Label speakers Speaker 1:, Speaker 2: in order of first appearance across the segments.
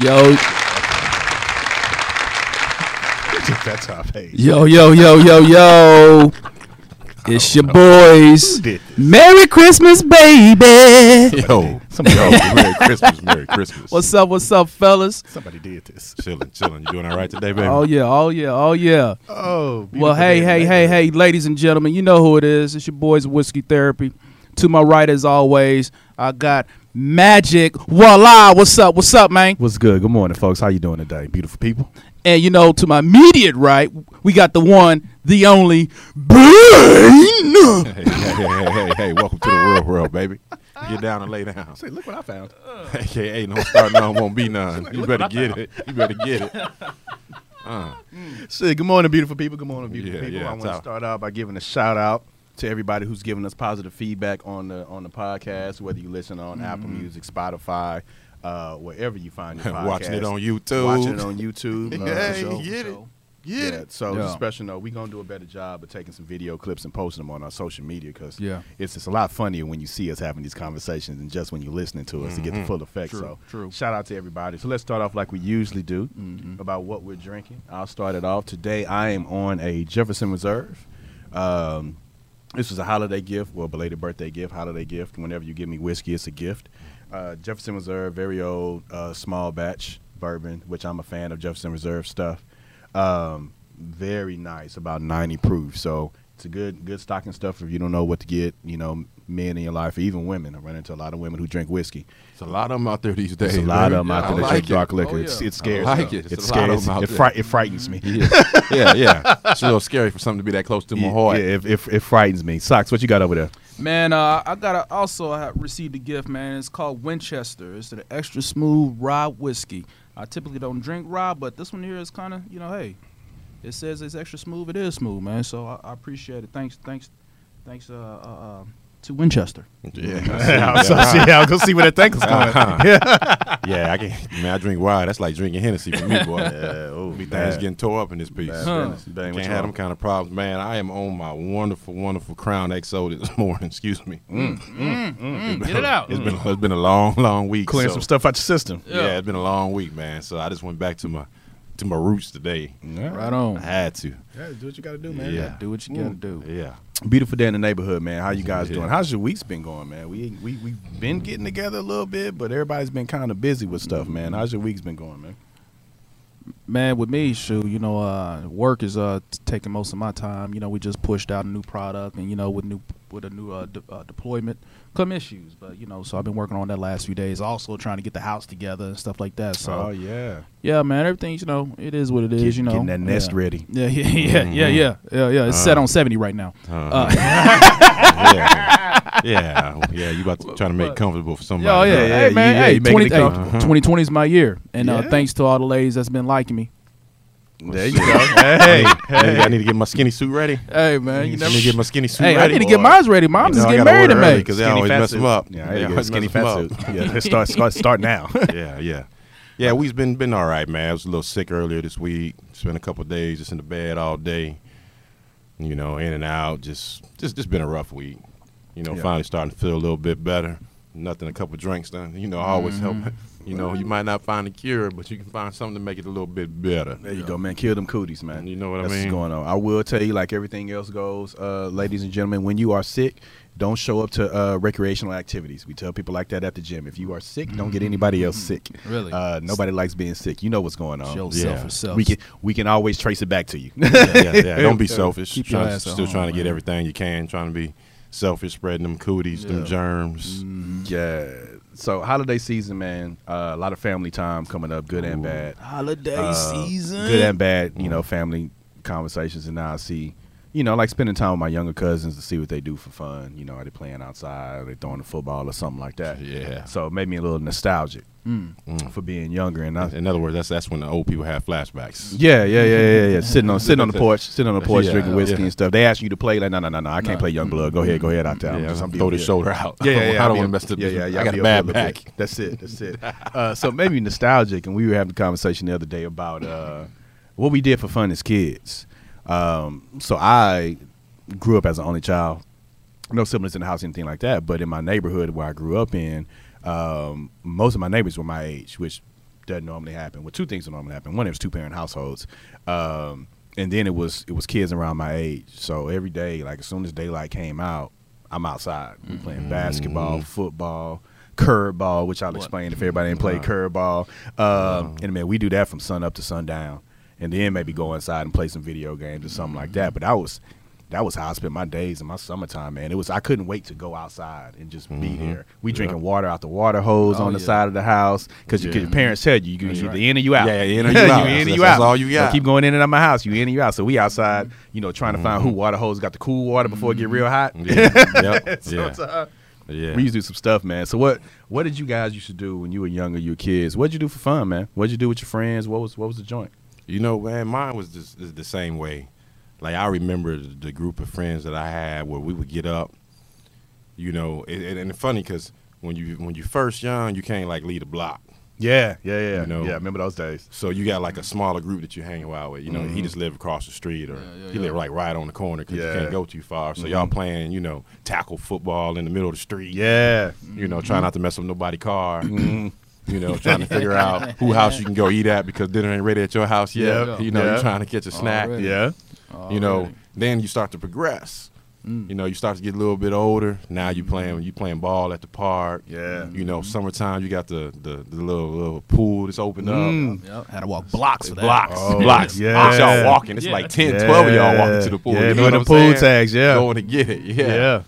Speaker 1: Yo,
Speaker 2: If That's how I paid.
Speaker 1: yo, yo, yo, yo, yo. It's your boys.
Speaker 2: did this?
Speaker 1: Merry Christmas, baby.
Speaker 3: Yo,
Speaker 2: Somebody, did-
Speaker 3: Merry Christmas, Merry Christmas.
Speaker 1: What's up? What's up, fellas?
Speaker 2: somebody did this.
Speaker 3: chilling, chilling. You doing all right today, baby?
Speaker 1: Oh yeah, oh yeah, oh yeah.
Speaker 2: Oh, beautiful
Speaker 1: Well, hey,
Speaker 2: day
Speaker 1: hey,
Speaker 2: today.
Speaker 1: hey, hey, ladies and gentlemen, you know who it is. It's your boys, Whiskey Therapy. To my right, as always, I got Magic. Voila! What's up? What's up, man?
Speaker 2: What's good? Good morning, folks. How you doing today, beautiful people?
Speaker 1: And you know, to my immediate right, we got the one, the only, Brain.
Speaker 3: Hey, hey, hey, hey, hey, hey, welcome to the real world, baby. Get down and lay down.
Speaker 2: Say, look what I found.
Speaker 3: AKA, no start, no, won't be none. You better get it. You better get it. Uh,
Speaker 2: Say, good morning, beautiful people. Good morning, beautiful
Speaker 3: Yeah,
Speaker 2: people.
Speaker 3: yeah,
Speaker 2: I
Speaker 3: it's
Speaker 2: want to
Speaker 3: out.
Speaker 2: start out by giving a shout out to everybody who's giving us positive feedback on the on the podcast, whether you listen on Apple Music, Spotify, uh, wherever you find your podcast.
Speaker 3: watching it on YouTube.
Speaker 2: Watching it on YouTube. uh,
Speaker 3: Yeah,
Speaker 2: for sure.
Speaker 3: get it. Get
Speaker 2: Yeah,
Speaker 3: it.
Speaker 2: so
Speaker 1: Yeah.
Speaker 2: just special note, we're gonna do a better job of taking some video clips and posting them on our social media because
Speaker 1: Yeah.
Speaker 2: it's just a lot funnier when you see us having these conversations and just when you're listening to us to get the full effect.
Speaker 1: True,
Speaker 2: so
Speaker 1: true. Mm-hmm.
Speaker 2: shout out to everybody. So let's start off like we usually do about what we're drinking. I'll start it off today. I am on a Jefferson Reserve. Um, this was a holiday gift, well, belated birthday gift, holiday gift. Whenever you give me whiskey, it's a gift. Uh, Jefferson Reserve, very old, uh, small batch bourbon, which I'm a fan of Jefferson Reserve stuff. Um, very nice, about 90 proof. So it's a good, good stocking stuff if you don't know what to get. You know, men in your life, or even women. I run into a lot of women who drink whiskey.
Speaker 3: There's a lot of them out there these days.
Speaker 2: There's a lot
Speaker 3: baby.
Speaker 2: of them out
Speaker 3: I
Speaker 2: there that
Speaker 3: like
Speaker 2: drink dark
Speaker 3: it.
Speaker 2: liquor.
Speaker 1: Oh,
Speaker 2: it's,
Speaker 1: yeah.
Speaker 2: it scares
Speaker 3: I like
Speaker 2: me.
Speaker 3: it.
Speaker 2: It,
Speaker 3: It's a lot of
Speaker 2: scares.
Speaker 3: them out
Speaker 2: It,
Speaker 3: there.
Speaker 2: fri- it frightens me.
Speaker 3: Yeah, yeah, yeah. It's a little scary for something to be that close to my
Speaker 2: Yeah,
Speaker 3: heart.
Speaker 2: yeah, it, it, it frightens me. Socks, what you got over there?
Speaker 1: Man, uh, I got to also I received a gift, man. It's called Winchester. It's an extra smooth rye whiskey. I typically don't drink rye, but this one here is kind of, you know, hey, it says it's extra smooth. It is smooth, man. So I, I appreciate it. Thanks, thanks, thanks uh, uh, uh, to Winchester.
Speaker 3: Yeah.
Speaker 2: So,
Speaker 3: Yeah.
Speaker 2: yeah, I'll go see where that thing is going.
Speaker 3: Uh-huh. Yeah, I can. Man, I drink wine. That's like drinking Hennessy for me, boy. yeah, oh, things
Speaker 2: bad.
Speaker 3: getting tore up in this piece.
Speaker 2: Bad
Speaker 1: Huh.
Speaker 2: business. Bang, what
Speaker 3: Can't
Speaker 2: you
Speaker 3: have them
Speaker 2: want?
Speaker 3: kind of problems, man. I am on my wonderful, wonderful Crown XO this morning. Excuse me. It's been-
Speaker 1: Mm, get it out.
Speaker 3: It's been it's been a long, long week.
Speaker 2: Clearing
Speaker 3: so-
Speaker 2: some stuff out your system.
Speaker 3: Yeah. it's been a long week, man. So I just went back to my to my roots today.
Speaker 1: Right
Speaker 3: I
Speaker 1: on.
Speaker 3: had to.
Speaker 2: Yeah, do what you got to do,
Speaker 3: Yeah.
Speaker 1: Do what you gotta do.
Speaker 3: Yeah.
Speaker 2: Beautiful day in the neighborhood, man. How you guys
Speaker 3: Yeah.
Speaker 2: doing? How's your week's been going, man? We we we've been getting together a little bit, but everybody's been kind of busy with stuff,
Speaker 3: Mm-hmm.
Speaker 2: man. How's your week's been going, man?
Speaker 1: Man, with me, shoot, you know, uh, work is uh, t- taking most of my time. You know, we just pushed out a new product, and you know, with new with a new uh, de- uh, deployment come issues. But you know, so I've been working on that last few days. Also, trying to get the house together and stuff like that. So
Speaker 3: Oh,
Speaker 2: Oh, yeah,
Speaker 1: yeah, man, everything's you know, it is what it is.
Speaker 2: Get-
Speaker 1: you know,
Speaker 2: getting that nest
Speaker 1: yeah.
Speaker 2: ready.
Speaker 1: Yeah, yeah, yeah, yeah, yeah, yeah, yeah. It's set on seventy right now.
Speaker 3: Uh,
Speaker 1: Uh,
Speaker 3: yeah. yeah. Yeah. You about to try to make it comfortable for somebody.
Speaker 1: Yo, oh, yeah,
Speaker 2: Oh, yeah,
Speaker 1: hey, man,
Speaker 2: yeah,
Speaker 1: hey,
Speaker 2: you making
Speaker 1: 20,
Speaker 2: it
Speaker 1: hey,
Speaker 2: comfortable.
Speaker 1: 2020 is my year, and uh,
Speaker 2: Yeah.
Speaker 1: thanks to all the ladies that's been liking me.
Speaker 2: there you go. hey,
Speaker 3: I need, I need to get my skinny suit ready.
Speaker 1: Hey, man, you never.
Speaker 3: I need to Mm-hmm. get my skinny suit
Speaker 1: Hey, I
Speaker 3: ready.
Speaker 1: need to get mine ready. Mom's
Speaker 3: You
Speaker 1: just
Speaker 3: know, I
Speaker 1: getting
Speaker 3: gotta
Speaker 1: married in
Speaker 3: order early
Speaker 1: May.
Speaker 3: 'cause they always
Speaker 2: fat
Speaker 3: mess them
Speaker 2: suit.
Speaker 3: up.
Speaker 2: Yeah,
Speaker 3: They
Speaker 2: there you go.
Speaker 3: always
Speaker 2: Skinny
Speaker 3: mess them
Speaker 2: fat
Speaker 3: up.
Speaker 2: suit. Yeah, let's start start start now.
Speaker 3: yeah, yeah, yeah. We've been been all right, man. I was a little sick earlier this week. Spent a couple of days just in the bed all day. You know, in and out. Just just just been a rough week. You know,
Speaker 2: Yeah.
Speaker 3: finally starting to feel a little bit better. Nothing, a couple of drinks done. You know, always help.
Speaker 1: Mm-hmm.
Speaker 3: You know, you might not find a cure, but you can find something to make it a little bit better.
Speaker 2: There you go, man. Kill them cooties, man.
Speaker 3: You know what I
Speaker 2: That's
Speaker 3: mean?
Speaker 2: What's going on? I will tell you, like everything else goes, uh, ladies and gentlemen, when you are sick, don't show up to uh, recreational activities. We tell people like that at the gym. If you are sick, don't get anybody else
Speaker 3: Mm-hmm.
Speaker 2: sick.
Speaker 1: Really?
Speaker 2: Uh, nobody likes being sick. You know what's going on.
Speaker 1: Show
Speaker 3: Yeah.
Speaker 1: self
Speaker 2: Oh, We can we can always trace it back to you.
Speaker 3: yeah, yeah, yeah. Don't be selfish.
Speaker 1: Keep your
Speaker 3: trying,
Speaker 1: ass at
Speaker 3: still
Speaker 1: home,
Speaker 3: trying to get
Speaker 1: man.
Speaker 3: everything you can. Trying to be selfish, spreading them cooties,
Speaker 1: Yeah.
Speaker 3: them germs.
Speaker 2: yeah.
Speaker 3: Mm-hmm.
Speaker 2: So holiday season, man. Uh, a lot of family time coming up, good and
Speaker 3: Ooh.
Speaker 2: bad.
Speaker 1: Holiday
Speaker 2: uh,
Speaker 1: season.
Speaker 2: good and bad, you
Speaker 3: Mm.
Speaker 2: know, family conversations. And now I see, you know, like spending time with my younger cousins to see what they do for fun. You know, are they playing outside? Are they throwing the football or something like that?
Speaker 3: Yeah.
Speaker 2: So it made me a little nostalgic
Speaker 1: Mm.
Speaker 3: Mm.
Speaker 2: for being younger. And I,
Speaker 3: In other words, that's that's when the old people have flashbacks.
Speaker 2: yeah, yeah, yeah, yeah, yeah. Sitting on sitting on the porch, sitting on the porch,
Speaker 3: Yeah,
Speaker 2: drinking whiskey
Speaker 3: yeah.
Speaker 2: and stuff. They ask you to play. Like, no, no, no, no, I can't play Young Blood. Go ahead, go ahead out there. I'm
Speaker 3: Mm-hmm. Yeah,
Speaker 2: just- I'm
Speaker 3: throw
Speaker 2: over
Speaker 3: the
Speaker 2: here.
Speaker 3: shoulder out.
Speaker 2: Yeah, yeah, yeah.
Speaker 3: I
Speaker 2: I'll
Speaker 3: don't
Speaker 2: be
Speaker 3: want
Speaker 2: up-
Speaker 3: to mess up.
Speaker 2: Yeah, yeah, yeah.
Speaker 3: I
Speaker 2: I'll
Speaker 3: got
Speaker 2: be
Speaker 3: a
Speaker 2: up
Speaker 3: bad
Speaker 2: there a little
Speaker 3: back.
Speaker 2: bit. That's it. That's it. Uh, so maybe nostalgic, and we were having a conversation the other day about uh, what we did for fun as kids. Um, so I grew up as an only child, no siblings in the house, anything like that. But in my neighborhood where I grew up in, um, most of my neighbors were my age, which doesn't normally happen. Well, two things that normally happen. One, it was two parent households, um, and then it was it was kids around my age. So every day, like as soon as daylight came out, I'm outside. We
Speaker 1: Mm-hmm.
Speaker 2: playing basketball, football, curveball, which I'll
Speaker 1: What?
Speaker 2: explain if everybody ain't played curveball. Um, And man, we do that from sun up to sundown, and then maybe go inside and play some video games or something like
Speaker 1: Mm-hmm.
Speaker 2: that. But I was. That was how I spent my days in my summertime, man. It was I couldn't wait to go outside and just be there. We drinking water out the water hose
Speaker 1: Mm-hmm. Oh,
Speaker 2: on the
Speaker 1: yeah.
Speaker 2: side of the house because
Speaker 3: Yeah.
Speaker 2: your parents tell you you
Speaker 1: That's
Speaker 2: either
Speaker 1: right.
Speaker 2: in or you out.
Speaker 3: Yeah, yeah, in or you
Speaker 2: you
Speaker 3: out.
Speaker 2: in or
Speaker 3: That's-
Speaker 2: you
Speaker 3: that's
Speaker 2: out.
Speaker 3: all you
Speaker 2: Don't
Speaker 3: got.
Speaker 2: keep going in and out of my house. You in or you out. So we outside, you know, trying to find who water hose got the cool water before it get real hot.
Speaker 3: Mm-hmm. Yeah. Yep. yeah.
Speaker 2: Sometimes.
Speaker 3: Yeah.
Speaker 2: We used to do some stuff, man. So what what did you guys used to do when you were younger, your kids? What'd you do for fun, man? What'd you do with your friends? What was what was the joint?
Speaker 3: You know, man, mine was just is the same way. Like I remember the the group of friends that I had where we would get up. You know, and, and, and it's funny because when you when you first young, you can't like lead a block,
Speaker 2: Yeah, yeah, yeah.
Speaker 3: You know.
Speaker 2: yeah, I remember those days.
Speaker 3: so you got like a smaller group that you hang out with. You know,
Speaker 2: Mm-hmm.
Speaker 3: he just lived across the street, or
Speaker 1: Yeah, yeah,
Speaker 3: he lived like right on the corner because
Speaker 2: Yeah. Mm-hmm.
Speaker 3: you can't go too far. So y'all playing, you know, tackle football in the middle of the street.
Speaker 2: Yeah.
Speaker 3: you know,
Speaker 2: Mm-hmm.
Speaker 3: trying not to mess up nobody's car. You know, trying to figure out who house you can go eat at because dinner ain't ready at your house yet.
Speaker 1: Yeah.
Speaker 3: You know,
Speaker 2: Yeah.
Speaker 3: you're trying to catch a snack.
Speaker 1: Already.
Speaker 2: Yeah.
Speaker 3: you know
Speaker 1: Already.
Speaker 3: then you start to progress
Speaker 2: Mm.
Speaker 3: you know you start to get a little bit older now you playing you playing ball at the park
Speaker 2: Mm-hmm. Yeah. Mm-hmm.
Speaker 3: you know summertime you got the the, the little little pool that's opened
Speaker 2: Mm.
Speaker 3: up
Speaker 1: Yep, had to walk blocks for that.
Speaker 3: blocks
Speaker 2: Oh,
Speaker 3: blocks
Speaker 2: yeah.
Speaker 3: blocks y'all walking it's
Speaker 1: Yeah.
Speaker 3: like 10 12 of y'all walking to the pool
Speaker 2: Yeah,
Speaker 3: you know
Speaker 2: doing
Speaker 3: what
Speaker 2: the
Speaker 3: I'm
Speaker 2: pool
Speaker 3: saying?
Speaker 2: tags, yeah.
Speaker 3: going to get it yeah,
Speaker 2: yeah.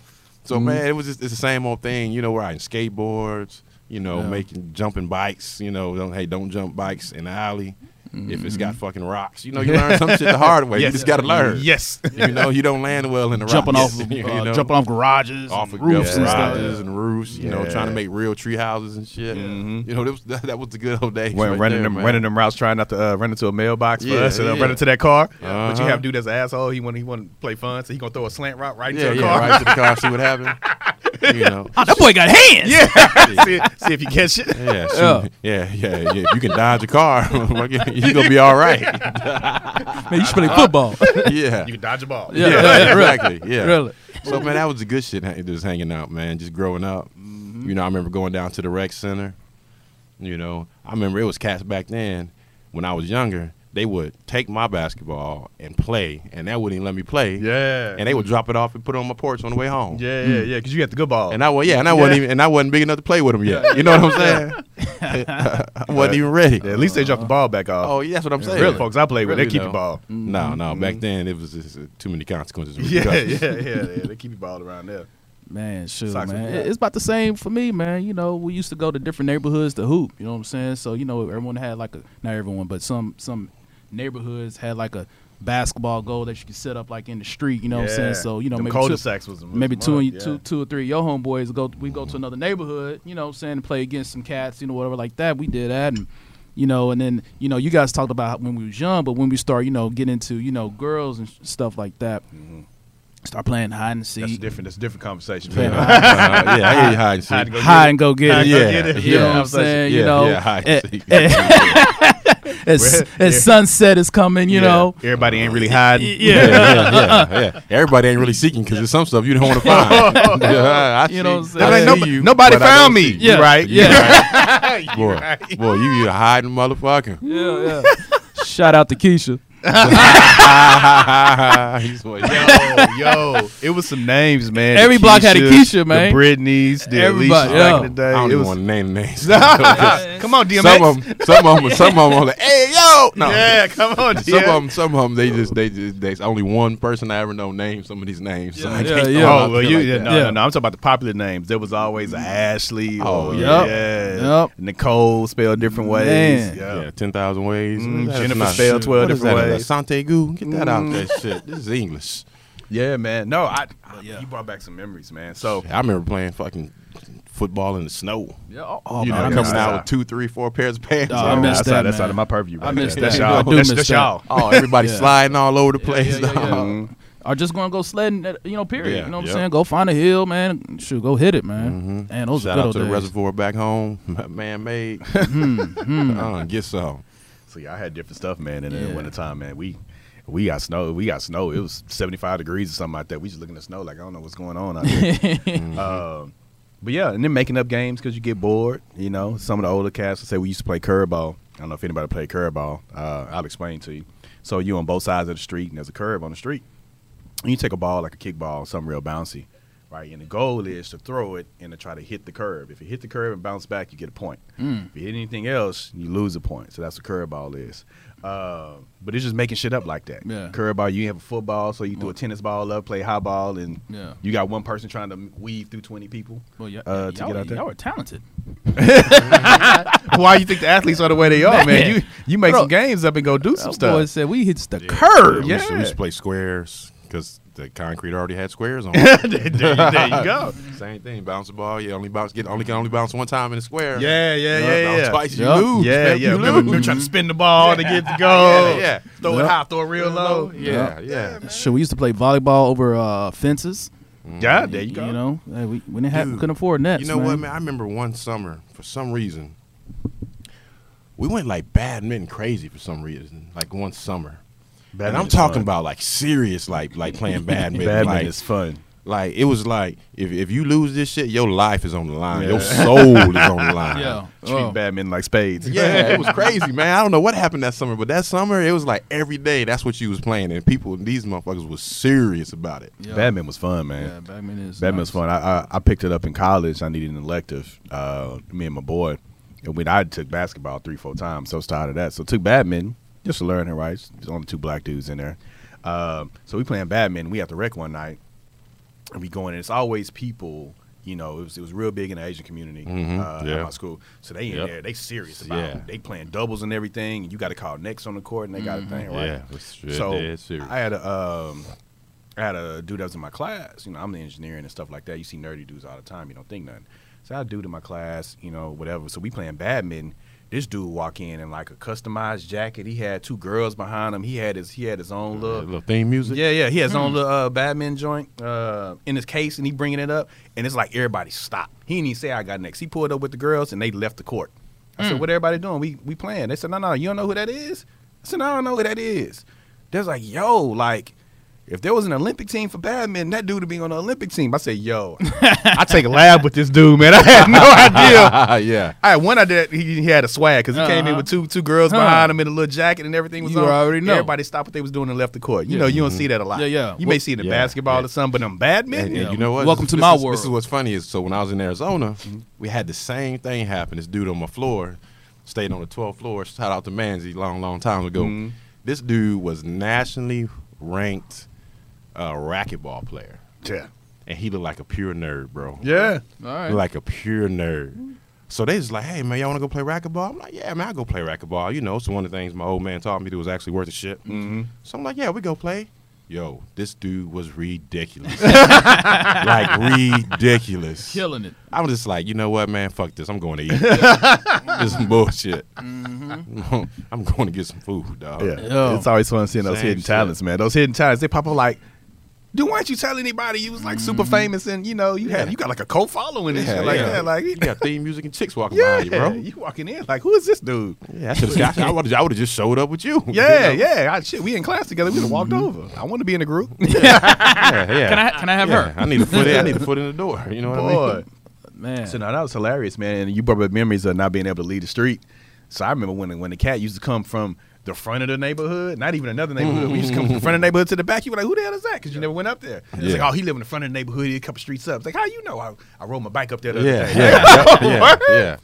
Speaker 3: so man it was just it's the same old thing you know riding skateboards you know
Speaker 1: Yeah.
Speaker 3: making jumping bikes you know don't, hey don't jump bikes in the alley if it's got fucking rocks you know you learn some shit the hard way you
Speaker 2: Yes.
Speaker 3: just gotta learn
Speaker 2: Yes.
Speaker 3: you know, you don't land well in the
Speaker 1: Jumping
Speaker 3: rocks.
Speaker 1: off, of, uh,
Speaker 3: you know,
Speaker 1: jumping off garages,
Speaker 3: off
Speaker 1: off
Speaker 3: of
Speaker 1: roofs and stuff.
Speaker 3: garages and roofs. You know,
Speaker 2: Yeah.
Speaker 3: trying to make real tree houses and shit.
Speaker 2: Mhm.
Speaker 3: You know, that was, that, that was the good old days.
Speaker 2: When
Speaker 3: right
Speaker 2: running
Speaker 3: there,
Speaker 2: them
Speaker 3: man.
Speaker 2: running them routes, trying not to uh, run into a mailbox for
Speaker 3: Yeah,
Speaker 2: us, and uh,
Speaker 3: yeah.
Speaker 2: run into that car. But you
Speaker 3: Uh-huh.
Speaker 2: have a dude that's an asshole. He want he want to play fun, so he gonna throw a slant route right into
Speaker 3: yeah,
Speaker 2: a
Speaker 3: yeah,
Speaker 2: car.
Speaker 3: right to the car, see what happened. You know,
Speaker 1: Oh, that boy got hands. Yeah.
Speaker 2: see, see if you catch it.
Speaker 3: yeah, shoot. yeah, yeah, yeah. You can dodge a car, you're gonna be all right.
Speaker 1: Man, you should play football.
Speaker 3: Yeah,
Speaker 2: You can dodge a ball.
Speaker 1: Yeah.
Speaker 3: exactly. Yeah,
Speaker 1: Really.
Speaker 3: So man, that was the good shit. ha- Just hanging out, man. Just growing up.
Speaker 2: Mm-hmm.
Speaker 3: You know, I remember going down to the rec center. You know, I remember it was cats back then. When I was younger, they would take my basketball and play, and that wouldn't even let me play.
Speaker 2: Yeah.
Speaker 3: And they would drop it off and put it on my porch on the way home.
Speaker 2: yeah, yeah, yeah. Because you got the good ball.
Speaker 3: And I was yeah, and I wasn't
Speaker 2: Yeah.
Speaker 3: even and I wasn't big enough to play with them yet. You know what I'm saying? I wasn't even ready.
Speaker 2: Yeah, at least they dropped the ball back off.
Speaker 3: Oh, yeah, that's what I'm saying.
Speaker 2: Real folks I played with, they
Speaker 3: Really,
Speaker 2: keep the
Speaker 3: though. Mm.
Speaker 2: ball. Mm-hmm.
Speaker 3: No, no. Back then, it was just, uh, too many consequences. and
Speaker 2: Yeah, yeah,
Speaker 3: repercussions.
Speaker 2: yeah, yeah. They keep the ball around there.
Speaker 1: Man, shoot,
Speaker 2: Socks
Speaker 1: man.
Speaker 2: and- yeah.
Speaker 1: It- It's about the same for me, man. You know, we used to go to different neighborhoods to hoop. You know what I'm saying? So you know, everyone had like a not everyone, but some some neighborhoods had like a basketball goal that you could set up like in the street. You know what I'm
Speaker 2: Yeah.
Speaker 1: saying? So you know,
Speaker 2: Them
Speaker 1: maybe two,
Speaker 2: cul-de-sacs was the- was
Speaker 1: maybe
Speaker 2: the
Speaker 1: two,
Speaker 2: mud,
Speaker 1: and
Speaker 2: yeah.
Speaker 1: two, two or three of your homeboys go. We go to another neighborhood. You know what I'm saying? To play against some cats. You know, whatever like that. We did that and. You know, and then you know, you guys talked about when we was young, but when we start, you know, getting into you know girls and stuff like that, start playing hide and seek,
Speaker 2: That's different. That's a different conversation.
Speaker 1: Playing
Speaker 2: man.
Speaker 1: hide
Speaker 3: Uh, yeah, I hear you hide
Speaker 2: Hide and go
Speaker 3: and seek.
Speaker 2: get
Speaker 1: hide
Speaker 2: it.
Speaker 1: and go get it.
Speaker 2: Hide and go
Speaker 3: Yeah,
Speaker 2: get it.
Speaker 1: You know
Speaker 3: yeah,
Speaker 1: what I'm saying? You
Speaker 3: yeah,
Speaker 1: know,
Speaker 3: yeah, hide
Speaker 1: eh,
Speaker 3: and seek.
Speaker 1: as,
Speaker 2: Yeah.
Speaker 1: as sunset is coming, you
Speaker 2: Yeah.
Speaker 1: know.
Speaker 2: everybody ain't really hiding.
Speaker 3: yeah, yeah, yeah, yeah. Everybody ain't really seeking because there's some stuff you don't want to find. yeah, I
Speaker 1: You know
Speaker 3: see-
Speaker 1: what I'm
Speaker 3: I
Speaker 1: saying?
Speaker 3: see
Speaker 2: Nobody,
Speaker 3: you,
Speaker 2: nobody
Speaker 3: but I don't
Speaker 2: found me.
Speaker 3: see you.
Speaker 1: Yeah.
Speaker 2: Right?
Speaker 1: Yeah.
Speaker 3: Boy, boy, you either hiding, motherfucker.
Speaker 1: Yeah, yeah. Shout out to Keisha.
Speaker 3: He's like, yeah.
Speaker 2: yo, yo, it was some names, man.
Speaker 1: Every
Speaker 2: The
Speaker 1: block had a Keisha, man.
Speaker 2: The Britneys, the
Speaker 1: Everybody,
Speaker 2: Alicia's back
Speaker 1: yeah.
Speaker 2: in the
Speaker 3: I
Speaker 2: day.
Speaker 3: don't
Speaker 2: It
Speaker 3: even
Speaker 2: was.
Speaker 3: want to name names.
Speaker 2: Come on, DMX.
Speaker 3: Some of them, some of them, some of them, like, hey yo, no.
Speaker 2: Yeah, come on, DMX.
Speaker 3: Some of them, some of them, they just, they just, there's only one person I ever know named some of these names. so I
Speaker 1: Yeah,
Speaker 3: can't
Speaker 1: yeah.
Speaker 3: call out
Speaker 2: Oh, well,
Speaker 3: shit
Speaker 2: you
Speaker 3: like
Speaker 2: yeah,
Speaker 3: that.
Speaker 2: no,
Speaker 1: Yeah.
Speaker 2: no, no. I'm talking about the popular names. There was always a Ashley.
Speaker 3: Oh,
Speaker 2: or,
Speaker 1: yep.
Speaker 2: yeah.
Speaker 1: Yep.
Speaker 2: Nicole spelled different ways.
Speaker 1: Man.
Speaker 2: Yeah.
Speaker 3: Yeah, ten thousand ways.
Speaker 2: Mm,
Speaker 3: That's
Speaker 2: Jennifer
Speaker 3: not-
Speaker 2: spelled 12
Speaker 3: what is
Speaker 2: different
Speaker 3: that,
Speaker 2: ways.
Speaker 3: Sante Goo, get that out. That shit. This is English.
Speaker 2: Yeah, man. No, I, I-
Speaker 1: Yeah.
Speaker 2: you brought back some memories, man. So
Speaker 3: I remember playing fucking football in the snow.
Speaker 2: yeah, oh,
Speaker 3: you know,
Speaker 2: man,
Speaker 3: coming
Speaker 2: yeah.
Speaker 3: out with two, three, four pairs of pants.
Speaker 1: Oh,
Speaker 3: on.
Speaker 1: I missed
Speaker 2: uh, that's
Speaker 1: that,
Speaker 2: Out, that's
Speaker 1: man.
Speaker 2: out of my purview.
Speaker 1: I
Speaker 2: right
Speaker 1: missed
Speaker 2: there. That's
Speaker 1: that.
Speaker 2: y'all.
Speaker 1: I do
Speaker 2: That's,
Speaker 1: miss
Speaker 2: that's
Speaker 1: that. Uh,
Speaker 2: y'all.
Speaker 3: Oh, everybody
Speaker 1: Yeah.
Speaker 3: sliding all over the place.
Speaker 2: Mhm.
Speaker 1: Or just gonna go sledding, at, you know. Period.
Speaker 3: Yeah,
Speaker 1: you know what
Speaker 3: yeah.
Speaker 1: I'm saying? Go find a hill, man. Shoot, go hit it, man. And those
Speaker 3: Shout
Speaker 1: are good
Speaker 3: out
Speaker 1: old
Speaker 3: to the
Speaker 1: days. Hmm,
Speaker 3: reservoir back home, man made. uh, get some.
Speaker 2: So y'all had different stuff, man. And in the
Speaker 1: Yeah.
Speaker 2: wintertime, man, we we got snow. We got snow. It was 75 degrees or something like that. We just looking at snow like I don't know what's going on out there. Um, but yeah, and then making up games because you get bored. You know, some of the older cats would say we used to play curveball. I don't know if anybody played curveball. Uh, I'll explain to you. So you on both sides of the street, and there's a curb on the street. And you take a ball like a kickball, something real bouncy, right? And the goal is to throw it and to try to hit the curb. If you hit the curb and bounce back, you get a point.
Speaker 1: Mm.
Speaker 2: If you hit anything else, you lose a point. So that's what curveball is. Uh, but it's just making shit up like that.
Speaker 1: Yeah.
Speaker 2: Curveball, you have a football, so you throw a tennis ball up, play high ball, and
Speaker 1: Yeah.
Speaker 2: you got one person trying to weave through twenty people.
Speaker 1: Well, y-
Speaker 2: Uh, to
Speaker 1: y'all,
Speaker 2: get out there.
Speaker 1: y'all are talented.
Speaker 2: Why you think the athletes are the way they are, man?
Speaker 1: Man.
Speaker 2: You you make
Speaker 1: Bro.
Speaker 2: some games up and go do some
Speaker 1: Those
Speaker 2: stuff.
Speaker 1: boys said we hits the
Speaker 3: Yeah,
Speaker 1: curb.
Speaker 3: we used to- we
Speaker 2: yeah.
Speaker 3: used to play squares because the concrete already had squares on.
Speaker 2: there,
Speaker 3: it.
Speaker 2: there you go.
Speaker 3: Same thing, bounce the ball. You only bounce, get only can only bounce one time in the square.
Speaker 2: Yeah, yeah,
Speaker 3: Yup,
Speaker 2: yeah,
Speaker 3: bounce
Speaker 2: yeah.
Speaker 3: twice,
Speaker 1: Yup.
Speaker 3: you lose.
Speaker 2: yeah,
Speaker 3: man,
Speaker 2: yeah.
Speaker 3: You
Speaker 2: Remember,
Speaker 3: lose.
Speaker 2: remember trying to spin the ball to get the
Speaker 3: Yeah,
Speaker 2: goal.
Speaker 3: yeah.
Speaker 2: Throw it
Speaker 1: Yup.
Speaker 2: high, throw it real low.
Speaker 3: Yeah, yeah.
Speaker 1: Sure, we used to play volleyball over uh, fences.
Speaker 2: Yeah, there you go.
Speaker 1: You know, Hey, we, we didn't have,
Speaker 3: Dude,
Speaker 1: couldn't afford nets.
Speaker 3: You know what, man? I remember one summer, for some reason, we went like badminton crazy for some reason. Like one summer. and I'm
Speaker 2: Badminton's
Speaker 3: talking
Speaker 2: fun.
Speaker 3: about like serious, like like playing badminton.
Speaker 2: badminton
Speaker 3: like,
Speaker 2: is fun.
Speaker 3: like it was like if, if you lose this shit, your life is on the line. Your
Speaker 2: Yeah.
Speaker 3: soul is on the line.
Speaker 1: Yeah.
Speaker 2: Treat
Speaker 1: Oh.
Speaker 2: badminton like spades.
Speaker 3: Yeah, it was crazy, man. I don't know what happened that summer, but that summer it was like every day that's what you was playing, and people, these motherfuckers, was serious about it.
Speaker 1: Yeah.
Speaker 2: Badminton was fun, man.
Speaker 1: Yeah, badminton is.
Speaker 2: Badminton's
Speaker 1: nice.
Speaker 2: fun. I, I I picked it up in college. I needed an elective. Uh, me and my boy, and when I took basketball three four times, so I was tired of that. So took badminton just to learn her rights. There's only two black dudes in there. Um, so we playing badminton. We at the rec one night, and we going. And it's always people. You know, it was it was real big in the Asian community
Speaker 3: Mhm,
Speaker 2: uh,
Speaker 3: yeah.
Speaker 2: at my school. So they in
Speaker 3: Yep.
Speaker 2: there. They serious about.
Speaker 3: Yeah.
Speaker 2: it. They playing doubles and everything. And you got to call necks on the court, and they got a thing right.
Speaker 3: Mm-hmm. Yeah, it's shit
Speaker 2: So
Speaker 3: dead serious.
Speaker 2: I had a um, I had a dude that was in my class. You know, I'm the engineering and stuff like that. You see nerdy dudes all the time. You don't think nothing. So I had a dude in my class. You know, whatever. So we playing badminton. This dude walk in in like a customized jacket. He had two girls behind him. He had his he had his own
Speaker 3: Uh,
Speaker 2: little
Speaker 3: little theme music.
Speaker 2: yeah, yeah. He has his own little uh, Batman joint uh, in his case, and he bringing it up, and it's like everybody stop. He didn't even say I got next. He pulled up with the girls, and they left the court. I said, "What everybody doing? We we playing?" They said, "No, no, you don't know who that is." I said, "No, I don't know who that is." They was like, "Yo, like." If there was an Olympic team for badminton, that dude would be on the Olympic team. I said, "Yo, I take a lab with this dude, man. I had no idea
Speaker 3: yeah.
Speaker 2: I had one idea. that He, he had a swag because he came in
Speaker 1: Uh-huh.
Speaker 2: with two two girls
Speaker 1: Huh.
Speaker 2: behind him in a little jacket and everything was
Speaker 1: You
Speaker 2: on.
Speaker 1: already know.
Speaker 2: Everybody stopped what they was doing and left the court. You
Speaker 1: Yeah.
Speaker 2: know, you don't see that a lot.
Speaker 1: Yeah, yeah.
Speaker 2: You
Speaker 1: Well-
Speaker 2: may see it in
Speaker 3: Mm-hmm. Yeah,
Speaker 2: basketball
Speaker 3: yeah.
Speaker 2: or something, but in
Speaker 3: And,
Speaker 2: badminton,
Speaker 3: and you know what?
Speaker 1: Welcome to
Speaker 3: This
Speaker 1: my
Speaker 3: is-
Speaker 1: world.
Speaker 3: This is what's funny is so when I was in Arizona, we had the same thing happen. This dude on my floor, stayed on the 12th floor. Shout out to Manzi, long, long time ago.
Speaker 1: Mm-hmm.
Speaker 2: Mhm.
Speaker 3: This dude was nationally ranked uh, racquetball player,
Speaker 2: yeah,
Speaker 3: and he looked like a pure nerd, bro.
Speaker 2: yeah.
Speaker 1: All right.
Speaker 3: Like a pure nerd. So they just like, hey man, y'all want to go play racquetball? I'm like, yeah, man, I go play racquetball. You know, it's one of the things my old man taught me that was actually worth the shit.
Speaker 2: Mm-hmm.
Speaker 3: So I'm like, yeah, we go play. Yo, this dude was ridiculous. like ridiculous.
Speaker 1: killing it.
Speaker 3: I'm just like, you know what, man? Fuck this. I'm going to eat. this is bullshit.
Speaker 2: Mm-hmm.
Speaker 3: I'm going to get some food, dog.
Speaker 2: Yeah.
Speaker 1: Yo.
Speaker 2: It's always fun seeing those
Speaker 3: Same
Speaker 2: hidden
Speaker 3: shit.
Speaker 2: talents, man. Those hidden talents, they pop up like, dude, why don't you tell anybody you was like super famous and you know you had you got like a co following and
Speaker 3: Mm-hmm. Yeah,
Speaker 2: shit like
Speaker 3: yeah.
Speaker 2: that, like
Speaker 3: You got theme music and chicks walking
Speaker 2: yeah,
Speaker 3: by you, bro.
Speaker 2: you walking in like who is this dude?
Speaker 3: Yeah, I should have. I would have just showed up with you.
Speaker 2: Yeah,
Speaker 3: You know? Mm-hmm.
Speaker 2: yeah. I, shit, we in class together. We would have walked over. I want to be in a group.
Speaker 3: yeah, yeah.
Speaker 1: Can I can I have
Speaker 3: Yeah,
Speaker 1: her?
Speaker 3: I need a foot. In, I need a foot in the door. You know what I mean?
Speaker 2: Boy.
Speaker 1: Man.
Speaker 2: So now that was hilarious, man. And you brought up memories of not being able to leave the street. So I remember when when the cat used to come from the front of the neighborhood, not even another neighborhood. we used to come from the front of the neighborhood to the back. You were like, "Who the hell is that?" Because you never went up there. It's
Speaker 3: Yeah.
Speaker 2: like, "Oh, he live in the front of the neighborhood. He a couple streets up." It's like, "How you know?" I, I rode my bike up there. The other
Speaker 3: Yeah,
Speaker 2: day.
Speaker 3: yeah, yeah, yeah, yeah,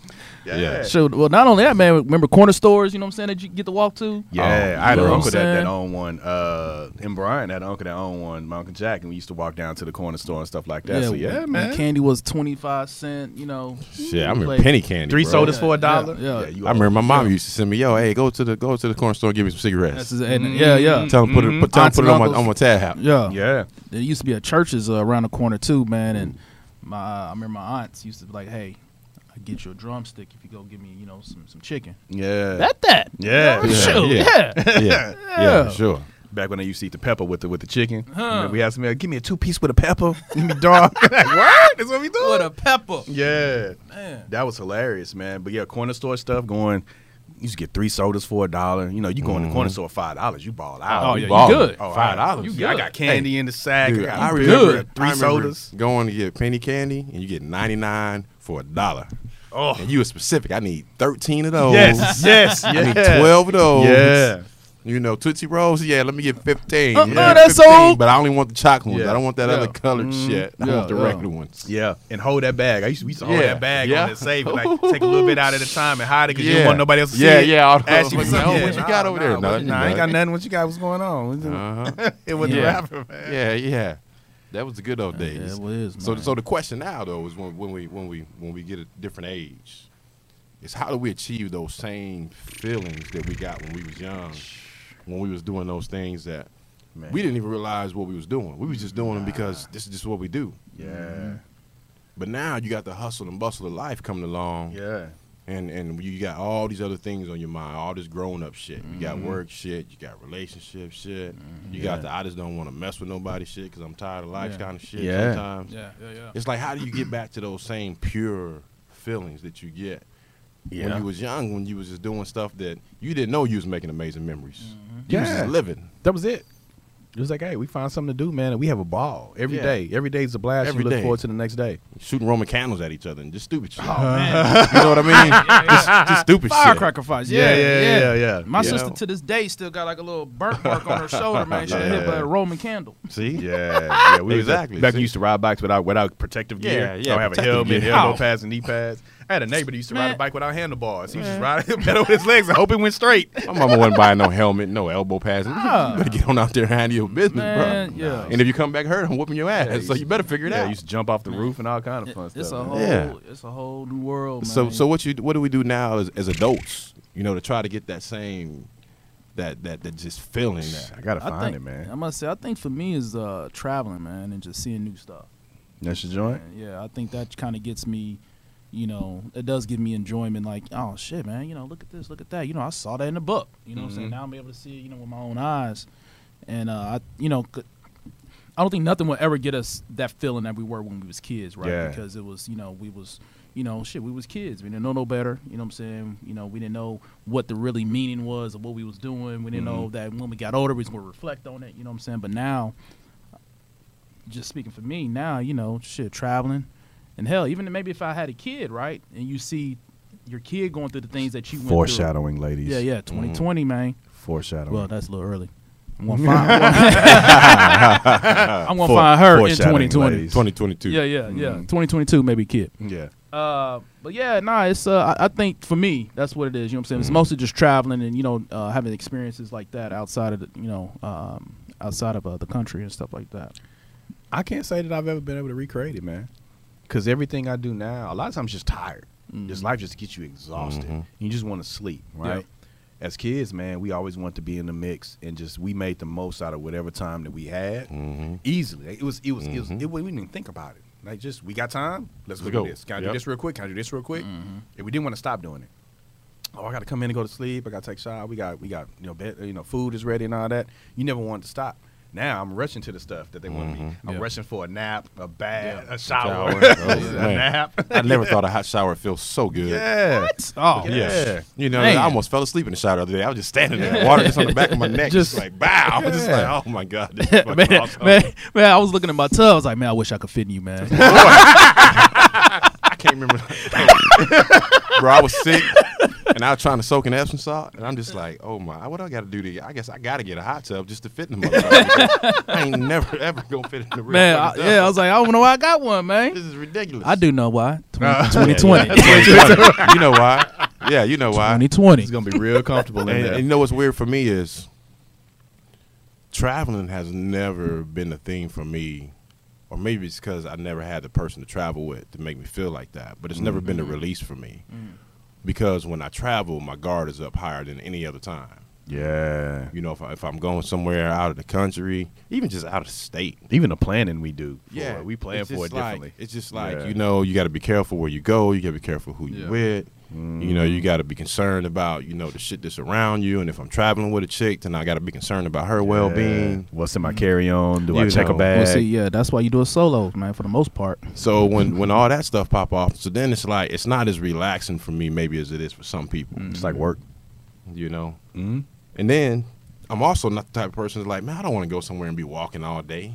Speaker 2: Yeah.
Speaker 3: yeah.
Speaker 1: So, well, not only that, man. Remember corner stores? You know what I'm saying? That you get to walk to.
Speaker 2: Yeah,
Speaker 3: Oh,
Speaker 2: I had
Speaker 1: you
Speaker 2: an
Speaker 1: know what
Speaker 2: uncle
Speaker 1: I'm
Speaker 2: that, that
Speaker 1: saying?
Speaker 2: owned one. Uh, and Brian had an uncle that owned one. My uncle Jack, and we used to walk down to the corner store and stuff like that. so yeah,
Speaker 1: when
Speaker 2: man.
Speaker 1: Candy was 25 cent. You know.
Speaker 3: Shit, I remember
Speaker 1: Play-
Speaker 3: penny candy.
Speaker 2: Three
Speaker 3: bro.
Speaker 2: sodas
Speaker 1: Yeah,
Speaker 2: for a
Speaker 1: yeah,
Speaker 2: dollar.
Speaker 1: yeah.
Speaker 2: you
Speaker 3: I remember my mom used to send me, yo, hey, go to the go to the corner store, and give me some
Speaker 1: That's
Speaker 3: cigarettes.
Speaker 1: his, and, yeah, yeah,
Speaker 3: Tell them put it
Speaker 2: Mm-hmm.
Speaker 3: put, tell 'em
Speaker 1: Aunts
Speaker 3: put it
Speaker 1: and
Speaker 3: on my
Speaker 1: uncles.
Speaker 3: on my tab.
Speaker 1: yeah,
Speaker 2: Yeah.
Speaker 1: There used to be a churches uh, around the corner too, man. And my I remember my aunts used to be like, "Hey, I get you a drumstick if you go give me, you know, some some chicken."
Speaker 2: Yeah.
Speaker 1: That that.
Speaker 2: yeah.
Speaker 3: Yeah,
Speaker 1: Shoot,
Speaker 3: yeah.
Speaker 1: yeah.
Speaker 3: Yeah, yeah,
Speaker 1: Yeah.
Speaker 3: sure.
Speaker 2: Back when they used to eat the pepper with the with the chicken,
Speaker 1: Huh.
Speaker 2: we had some. Give me a two piece with a pepper. Give me dog. like, what? That's what we doing.
Speaker 1: What a pepper,
Speaker 2: yeah,
Speaker 1: man.
Speaker 2: that was hilarious, man. But yeah, corner store stuff going. You used to get three sodas for a dollar. You know, you go in the
Speaker 3: Mm-hmm.
Speaker 2: corner store five dollars, you ball out.
Speaker 1: Oh, yeah, you
Speaker 2: Ball.
Speaker 1: good.
Speaker 2: Oh,
Speaker 3: Five
Speaker 2: I-
Speaker 3: dollars.
Speaker 2: you-
Speaker 1: You
Speaker 2: I
Speaker 1: good.
Speaker 2: got candy in the sack.
Speaker 3: Dude,
Speaker 2: I
Speaker 3: I
Speaker 2: got
Speaker 3: remember
Speaker 2: beer, three
Speaker 3: I remember
Speaker 2: sodas.
Speaker 3: Going to get penny candy and you get ninety nine for a dollar.
Speaker 2: Oh,
Speaker 3: And you were specific. I need 13 of those.
Speaker 2: yes, yes,
Speaker 3: I need
Speaker 2: yes.
Speaker 3: 12 of those.
Speaker 2: Yeah.
Speaker 3: You know, Tootsie Rolls, yeah, let me get 15.
Speaker 1: Uh-uh,
Speaker 3: yeah,
Speaker 1: that's
Speaker 3: 15,
Speaker 1: old. Mm-hmm.
Speaker 3: But I only want the chocolate ones.
Speaker 2: Yeah.
Speaker 3: I don't want that
Speaker 2: Yeah.
Speaker 3: other colored shit. I
Speaker 1: Yeah,
Speaker 3: want the
Speaker 1: yeah.
Speaker 3: regular ones.
Speaker 2: Yeah, and hold that bag. I used to, we used to hold
Speaker 3: Yeah,
Speaker 2: that bag
Speaker 3: yeah.
Speaker 2: on and save it, like take a little bit out at a time and hide it because you
Speaker 3: Yeah.
Speaker 2: don't want nobody else to see
Speaker 3: Yeah,
Speaker 2: it.
Speaker 3: yeah, all the-
Speaker 2: Ashley was like,
Speaker 3: No,
Speaker 2: yeah,
Speaker 3: what you got
Speaker 2: nah,
Speaker 3: over there?
Speaker 2: Nah,
Speaker 3: No,
Speaker 2: what-
Speaker 3: you
Speaker 2: nah, I ain't got
Speaker 3: got-
Speaker 2: nothing. What you got? What's going on?
Speaker 3: Uh-huh.
Speaker 2: It wasn't
Speaker 3: Yeah.
Speaker 2: rapping, man.
Speaker 3: yeah, yeah. That was the good old days.
Speaker 1: Yeah, well, it is,
Speaker 3: So,
Speaker 1: man.
Speaker 3: so the question now though is when, when we when we when we get a different age, is how do we achieve those same feelings that we got when we was young, when we was doing those things that
Speaker 2: Man.
Speaker 3: we didn't even realize what we was doing. We was just doing them because this is just what we do.
Speaker 2: Yeah,
Speaker 3: But now you got the hustle and bustle of life coming along,
Speaker 2: yeah,
Speaker 3: and and you got all these other things on your mind, all this grown up shit. You got
Speaker 1: Mm-hmm.
Speaker 3: work shit, you got relationship shit, you
Speaker 2: Yeah.
Speaker 3: got the I just don't want to mess with nobody shit because I'm tired of life
Speaker 1: Yeah.
Speaker 3: kind of shit
Speaker 2: Yeah.
Speaker 3: sometimes.
Speaker 1: Yeah, yeah, yeah.
Speaker 3: It's like how do you get back to those same pure feelings that you get when you was young, when you was just doing stuff that you didn't know you was making amazing memories.
Speaker 1: Mm-hmm.
Speaker 3: You was
Speaker 2: Yeah.
Speaker 3: just living.
Speaker 2: that was it. It was like, hey, we find something to do, man, and we have a ball every
Speaker 3: Yeah.
Speaker 2: day. Every day is a blast. you
Speaker 3: Every
Speaker 2: look
Speaker 3: day.
Speaker 2: forward to the next day.
Speaker 3: Shooting Roman candles at each other and just stupid shit.
Speaker 1: Man,
Speaker 3: You know what I mean? Just, just stupid shit.
Speaker 1: Oh, ah, firecracker fights. Yeah, yeah, yeah.
Speaker 2: yeah.
Speaker 1: My
Speaker 3: Yeah.
Speaker 1: sister to this day still got like a little burnt mark on her shoulder, man. She
Speaker 3: Yeah.
Speaker 1: hit by a Roman candle.
Speaker 3: See?
Speaker 2: Yeah, yeah, we
Speaker 3: Exactly.
Speaker 2: Was back when
Speaker 3: See?
Speaker 2: you used to ride bikes without without protective
Speaker 3: Yeah,
Speaker 2: gear.
Speaker 3: yeah,
Speaker 2: Don't have a
Speaker 3: protective
Speaker 2: helmet,
Speaker 3: gear. Oh.
Speaker 2: elbow
Speaker 1: How?
Speaker 2: pads, and knee pads. I had a neighbor that used to ride
Speaker 1: Man.
Speaker 2: a bike without handlebars. He was just riding pedal with his legs and hope it went straight.
Speaker 3: My mama wasn't buying no helmet, no elbow pads.
Speaker 1: Ah.
Speaker 3: You better get on out there and handle your business,
Speaker 1: Man,
Speaker 3: bro.
Speaker 1: yeah.
Speaker 3: And if you come back hurt, I'm whooping your ass.
Speaker 2: Yeah,
Speaker 3: so you better figure it
Speaker 2: Yeah,
Speaker 3: out.
Speaker 2: he used to jump off the roof and all kind of fun
Speaker 1: It's a
Speaker 2: stuff.
Speaker 1: whole,
Speaker 2: man.
Speaker 3: Yeah.
Speaker 1: it's a whole new world, man.
Speaker 3: So so what you what do we do now as, as adults? You know, to try to get that same that that that just feeling
Speaker 2: I
Speaker 3: that.
Speaker 2: gotta
Speaker 1: I
Speaker 2: find
Speaker 1: think,
Speaker 2: it,
Speaker 1: I
Speaker 2: man.
Speaker 1: must say, I think for me is uh, traveling, man, and just seeing new stuff.
Speaker 2: That's your joint.
Speaker 1: And yeah, I think that kind of gets me, you know, it does give me enjoyment. Like, oh shit, man, you know, look at this, look at that. You know, I saw that in the book. You know what I'm saying? Now I'm able to see it, you know, with my own eyes. And uh, I, you know, c- I don't think nothing will ever get us that feeling that we were when we was kids, right?
Speaker 2: Yeah.
Speaker 1: Because it was, you know, we was, you know, shit, we was kids. We didn't know no better. You know what I'm saying? You know, we didn't know what the really meaning was of what we was doing. We didn't know that when we got older, we was gonna reflect on it. You know what I'm saying? But now, just speaking for me, now you know, shit, traveling, and hell, even maybe if I had a kid, right, and you see your kid going through the things that you went through.
Speaker 2: Foreshadowing, ladies.
Speaker 1: Yeah, yeah, 2020, man.
Speaker 2: Foreshadowing.
Speaker 1: Well, that's a little early. I'm gonna find, I'm gonna find her in 2020.
Speaker 3: Twenty twenty two.
Speaker 1: Yeah, yeah, yeah. 2022, maybe kid.
Speaker 2: Yeah.
Speaker 1: Uh, but yeah, nah, it's uh, I, I think for me that's what it is. You know what I'm saying? It's mostly just traveling and you know uh, having experiences like that outside of the, you know um, outside of uh, the country and stuff like that.
Speaker 2: I can't say that I've ever been able to recreate it, man. Because everything I do now, a lot of times, just tired.
Speaker 1: Mm-hmm.
Speaker 2: Just life just gets you exhausted.
Speaker 3: Mhm.
Speaker 2: You just want to sleep, right? As kids, man, we always want to be in the mix, and just we made the most out of whatever time that we had
Speaker 3: Mm-hmm.
Speaker 2: easily. Like, It was, it was, it was.
Speaker 3: Mhm.
Speaker 2: It, we didn't even think about it. Like just, we got time. Let's,
Speaker 3: Let's
Speaker 2: go,
Speaker 3: go.
Speaker 2: do this. Can I
Speaker 3: Yep.
Speaker 2: do this real quick? Can I do this real quick?
Speaker 1: Mm-hmm.
Speaker 2: And we didn't want to stop doing it. Oh, I got to come in and go to sleep. I got to take a shower. We got, we got, you know, bed, you know, food is ready and all that. You never wanted to stop. Now I'm rushing to the stuff that they want me.
Speaker 3: Mhm.
Speaker 2: I'm
Speaker 1: Yeah.
Speaker 2: rushing for a nap, a bath,
Speaker 1: Yeah.
Speaker 2: a shower,
Speaker 3: Shower. Oh,
Speaker 2: a
Speaker 3: man.
Speaker 2: nap.
Speaker 3: I never thought a hot shower feels so good.
Speaker 2: Yeah.
Speaker 1: Oh,
Speaker 2: Yeah.
Speaker 3: Yes. You know,
Speaker 1: Man.
Speaker 3: I almost fell asleep in the shower the other day. I was just standing there, water just on the back of my neck, just,
Speaker 1: Just-
Speaker 3: like bow. I was just
Speaker 2: Yeah.
Speaker 3: like, oh my god, this is fucking
Speaker 1: man,
Speaker 3: awesome.
Speaker 1: man, man, I was looking at my tub. I was like, man, I wish I could fit in you, man.
Speaker 3: I can't remember. Bro, I was sick, and I was trying to soak in Epsom salt, and I'm just like, oh my, what I got to do to? I guess I got to get a hot tub just to fit in the motherfucker. I ain't never ever gonna fit in the real
Speaker 1: man, I,
Speaker 3: fucking tub.
Speaker 1: yeah, I was like, I don't know why I got one,
Speaker 3: this
Speaker 1: man.
Speaker 3: is ridiculous.
Speaker 1: I do know why.
Speaker 2: Uh,
Speaker 1: 20, 2020.
Speaker 3: you know why? Yeah, you know why.
Speaker 1: 2020.
Speaker 2: It's gonna be real comfortable in
Speaker 3: And,
Speaker 2: there.
Speaker 3: and you know what's weird for me is traveling has never been a thing for me, or maybe it's because I never had the person to travel with to make me feel like that. But it's never been a release for me because when I travel, my guard is up higher than any other time.
Speaker 2: yeah.
Speaker 3: You know, if, I, if I'm going somewhere out of the country, even just out of state.
Speaker 2: Even the planning we do. for
Speaker 3: Yeah,
Speaker 2: it, we plan
Speaker 3: it's
Speaker 2: for
Speaker 3: just
Speaker 2: it
Speaker 3: like-
Speaker 2: differently.
Speaker 3: It's just like
Speaker 2: Yeah.
Speaker 3: you know, you got to be careful where you go. You got to be careful who you
Speaker 1: Yeah.
Speaker 3: with. You know, you got to be concerned about you know the shit that's around you. And if I'm traveling with a chick, then I got to be concerned about her well being.
Speaker 2: What's in my carry on? Do I
Speaker 3: You
Speaker 2: check
Speaker 3: know.
Speaker 2: a bag?
Speaker 1: Well, see, yeah, that's why you do it solos, man, for the most part.
Speaker 3: So when when all that stuff pop off, so then it's like it's not as relaxing for me maybe as it is for some people.
Speaker 2: It's like work.
Speaker 3: You know,
Speaker 2: Mm-hmm.
Speaker 3: and then I'm also not the type of person that's like, man, I don't want to go somewhere and be walking all day.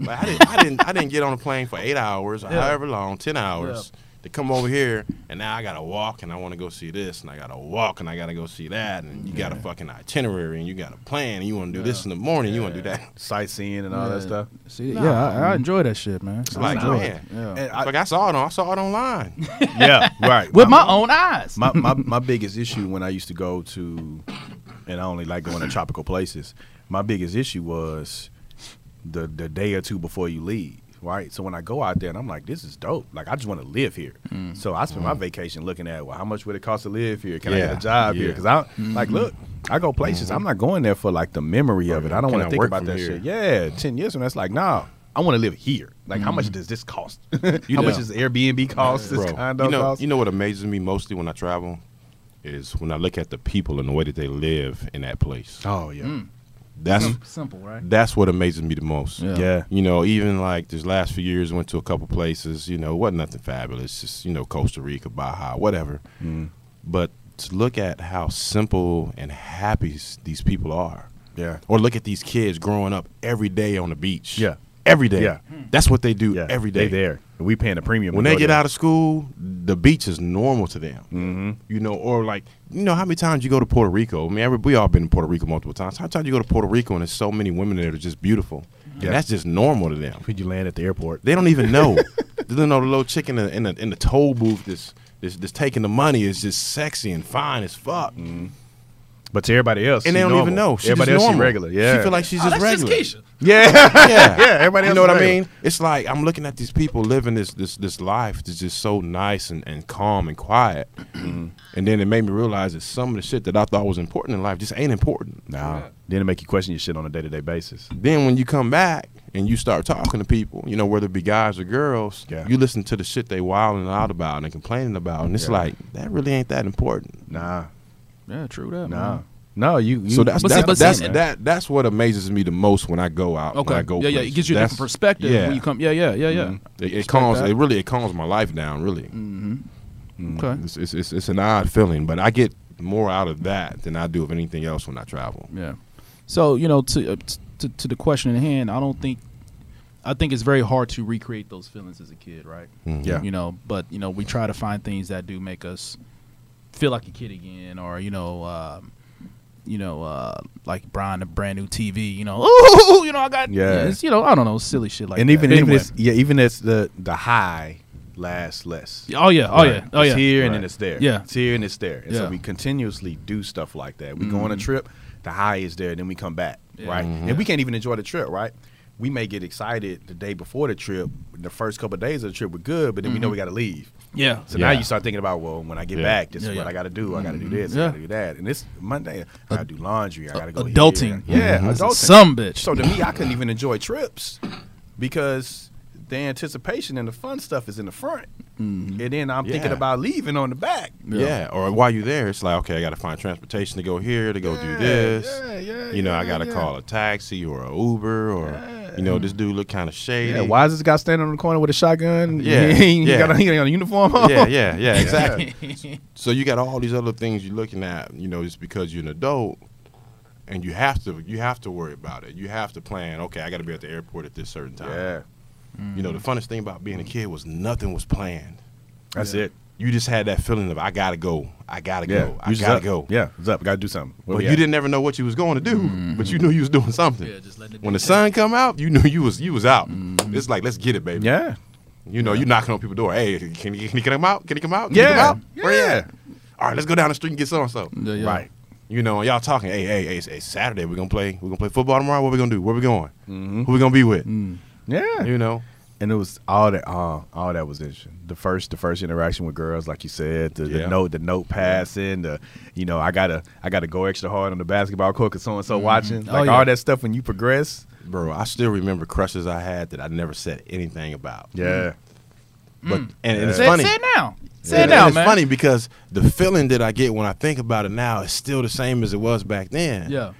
Speaker 3: Like I didn't, I didn't, I didn't get on a plane for eight hours, or
Speaker 1: Yeah.
Speaker 3: however long, ten hours, to come over here, and now I gotta walk, and I want to go see this, and I gotta walk, and I gotta go see that, and you got a fucking itinerary, and you got a plan, and you want to do this in the morning, you want to do that.
Speaker 2: sightseeing and all that
Speaker 1: Yeah.
Speaker 2: stuff.
Speaker 1: See,
Speaker 3: Nah.
Speaker 1: yeah, I, I enjoy that shit, man. I
Speaker 3: like,
Speaker 1: enjoy
Speaker 3: man.
Speaker 1: it. Yeah.
Speaker 2: And I,
Speaker 3: Like I saw it on, I saw it online.
Speaker 2: yeah, right.
Speaker 1: With my own eyes.
Speaker 2: my, my my biggest issue when I used to go to, and I only like going to tropical places. My biggest issue was the the day or two before you leave, right? So when I go out there and I'm like, this is dope. Like I just want to live here.
Speaker 3: Mm.
Speaker 2: So I spend my vacation looking at well, how much would it cost to live here? Can I get
Speaker 3: Yeah,
Speaker 2: a job here?
Speaker 3: yeah. Mm-hmm.
Speaker 2: Because I like look. I go places. I'm not going there for like the memory of it. I don't
Speaker 3: Can
Speaker 2: want
Speaker 3: I
Speaker 2: to think
Speaker 3: work
Speaker 2: about
Speaker 3: from
Speaker 2: that
Speaker 3: here?
Speaker 2: shit. Yeah, ten years from now, it's like, nah, I want to live here. Like, how much does this cost?
Speaker 3: Mm. You
Speaker 2: how much
Speaker 3: know-
Speaker 2: does Airbnb cost? This
Speaker 3: Bro,
Speaker 2: condo
Speaker 3: you know,
Speaker 2: cost?
Speaker 3: you know what amazes me mostly when I travel is when I look at the people and the way that they live in that place.
Speaker 2: oh yeah.
Speaker 3: Mm. That's
Speaker 1: Simple, right?
Speaker 3: that's what amazes me the most.
Speaker 1: Mm. Yeah.
Speaker 2: Yeah.
Speaker 3: You know, even like this last few years, went to a couple places. You know, wasn't nothing fabulous. Just you know, Costa Rica, Baja, whatever.
Speaker 2: Mm.
Speaker 3: But to look at how simple and happy s- these people are,
Speaker 2: Yeah.
Speaker 3: or look at these kids growing up every day on the beach.
Speaker 2: Yeah.
Speaker 3: every day.
Speaker 2: Yeah.
Speaker 3: that's what they do
Speaker 2: Yeah.
Speaker 3: every day.
Speaker 2: They there. We paying a premium.
Speaker 3: When they get out of school, the beach is normal to them. Mm-hmm. You know, or like, you know, how many times you go to Puerto Rico? I mean, every, we all been to Puerto Rico multiple times. How many times you go to Puerto Rico and there's so many women there that are just beautiful?
Speaker 2: Yeah.
Speaker 3: And that's just normal to them.
Speaker 2: when you land at the airport.
Speaker 3: They don't even know. they don't know the little chick in the, in the, in the toll booth that's, that's, that's taking the money is just sexy and fine as fuck.
Speaker 2: But to everybody else,
Speaker 3: And they
Speaker 2: Mm, she
Speaker 3: don't even
Speaker 2: normal.
Speaker 3: know. She's
Speaker 2: everybody
Speaker 3: just
Speaker 2: else, she
Speaker 3: normal.
Speaker 2: regular. Yeah.
Speaker 3: She feel like she's just regular.
Speaker 2: yeah,
Speaker 3: yeah.
Speaker 2: yeah. Everybody
Speaker 3: You
Speaker 2: else.
Speaker 3: know
Speaker 2: is
Speaker 3: what I
Speaker 2: regular.
Speaker 3: mean? It's like I'm looking at these people living this this this life that's just so nice and, and calm and quiet. and then it made me realize that some of the shit that I thought was important in life just ain't important.
Speaker 2: Nah. Then it make you question your shit on a day to day basis.
Speaker 3: Then when you come back and you start talking to people, you know, whether it be guys or girls,
Speaker 2: Yeah.
Speaker 3: you listen to the shit they wilding out about and complaining about, and it's
Speaker 2: Yeah.
Speaker 3: like that really ain't that important.
Speaker 2: Nah,
Speaker 1: Yeah, true that.
Speaker 2: nah,
Speaker 1: man.
Speaker 2: no. You, you
Speaker 3: So that's
Speaker 1: But see-
Speaker 3: that's,
Speaker 1: but see-
Speaker 3: that's that that's what amazes me the most when I go out. when
Speaker 1: Okay.
Speaker 3: I go
Speaker 1: yeah, yeah. It
Speaker 3: places.
Speaker 1: gives you a
Speaker 3: That's-
Speaker 1: different perspective
Speaker 3: Yeah,
Speaker 1: when you come. Yeah, yeah, yeah, yeah.
Speaker 3: it, it
Speaker 1: Respect
Speaker 3: calms.
Speaker 1: that. Mm.
Speaker 3: It really it calms my life down. Really.
Speaker 1: Okay.
Speaker 3: It's, it's, it's, it's an odd feeling, but I get more out of that than I do of anything else when I travel.
Speaker 1: Yeah. So you know, to uh, t- to to the question in hand, I don't think, I think it's very hard to recreate those feelings as a kid, right?
Speaker 2: Yeah.
Speaker 1: You know, but you know, we try to find things that do make us feel like a kid again, or you know, um, you know, uh, like Brian, a brand new TV, you know, ooh, you know, I got,
Speaker 2: Yeah.
Speaker 1: it's, you know, I don't know, silly shit like
Speaker 2: and
Speaker 1: that.
Speaker 2: even
Speaker 1: But
Speaker 2: even
Speaker 1: anyway.
Speaker 2: it's, yeah, even as the the high lasts less.
Speaker 1: oh yeah, oh
Speaker 2: Right.
Speaker 1: yeah, oh yeah,
Speaker 2: It's here and then
Speaker 3: Right.
Speaker 2: it's there.
Speaker 1: Yeah.
Speaker 2: It's here and it's there. And
Speaker 1: Yeah. Mm-hmm.
Speaker 2: so we continuously do stuff like that. We go on a trip, the high is there, then we come back,
Speaker 1: Yeah.
Speaker 2: right?
Speaker 3: Mm-hmm.
Speaker 1: Mhm.
Speaker 2: And we can't even enjoy the trip, right? We may get excited the day before the trip. The first couple of days of the trip were good, but then we
Speaker 1: Mm-hmm.
Speaker 2: know we got to leave.
Speaker 1: yeah.
Speaker 2: So
Speaker 3: Yeah.
Speaker 2: now you start thinking about, well, when I get
Speaker 3: Yeah.
Speaker 2: back, this
Speaker 1: Yeah,
Speaker 2: is what
Speaker 1: yeah. Mm-hmm.
Speaker 2: I got to do. I got to do this.
Speaker 1: Yeah.
Speaker 2: I got to do that. And it's Monday. I got to do laundry. I got to go here.
Speaker 1: adulting.
Speaker 2: Yeah,
Speaker 3: Mhm.
Speaker 2: adulting.
Speaker 1: Some bitch.
Speaker 2: So to me, I couldn't even enjoy trips because the anticipation and the fun stuff is in the front, and then I'm thinking
Speaker 3: Yeah.
Speaker 2: about leaving on the back.
Speaker 3: Yeah. Or while you're there, it's like, okay, I got to find transportation to go here, to go
Speaker 2: Yeah,
Speaker 3: do this.
Speaker 2: yeah, yeah,
Speaker 3: you know, I
Speaker 2: yeah,
Speaker 3: got to
Speaker 2: yeah.
Speaker 3: call a taxi or a Uber or, you know, this dude look kind of shady.
Speaker 2: Yeah, why is this guy standing on the corner with a shotgun?
Speaker 3: Yeah,
Speaker 2: he ain't
Speaker 3: yeah.
Speaker 2: got a, he ain't got a uniform on.
Speaker 3: yeah, yeah, yeah, exactly. so you got all these other things you're looking at, you know, just because you're an adult and you have to you have to worry about it. You have to plan, okay, I got to be at the airport at this certain time.
Speaker 2: yeah.
Speaker 3: You know, the funnest thing about being a kid was nothing was planned.
Speaker 2: That's it.
Speaker 3: You just had that feeling of I gotta go, I gotta
Speaker 2: Yeah,
Speaker 3: go,
Speaker 2: You
Speaker 3: I
Speaker 2: just
Speaker 3: gotta
Speaker 2: up.
Speaker 3: go.
Speaker 2: Yeah, it's up. Got to do something. Where
Speaker 3: But
Speaker 2: we
Speaker 3: you
Speaker 2: at?
Speaker 3: didn't ever know what you was going to do, but you knew you was doing something.
Speaker 1: Yeah, just letting it
Speaker 3: when
Speaker 1: be
Speaker 3: the sun come out, you knew you was you was out. It's like let's get it, baby.
Speaker 2: Yeah.
Speaker 3: You know, you knocking on people's door. Hey, can you can you come out? Can you come out? Can you come
Speaker 2: Yeah.
Speaker 3: out?
Speaker 2: Yeah.
Speaker 3: Where you at? All right, let's go down the street and get so and so.
Speaker 1: Yeah, yeah.
Speaker 2: Right.
Speaker 3: You know, and y'all talking. Hey, hey, hey, it's, it's Saturday. We're gonna play. We're gonna play football tomorrow. What we gonna do? Where we going? Who we gonna be with?
Speaker 2: Yeah.
Speaker 3: You know.
Speaker 2: and it was all that all, all that was interesting. The first the first interaction with girls, like you said, the,
Speaker 3: Yeah.
Speaker 2: the note the note passing, the you know I gotta I gotta go extra hard on the basketball court because so and so watching,
Speaker 1: Oh,
Speaker 2: like
Speaker 1: yeah.
Speaker 2: all that stuff when you progress.
Speaker 3: Bro, I still remember crushes I had that I never said anything about.
Speaker 1: Mm-hmm.
Speaker 2: Yeah,
Speaker 3: But and, and it's
Speaker 1: Say,
Speaker 3: funny.
Speaker 1: say it now. Say it
Speaker 3: And
Speaker 1: now,
Speaker 3: it's
Speaker 1: man.
Speaker 3: funny because the feeling that I get when I think about it now is still the same as it was back then.
Speaker 1: Yeah.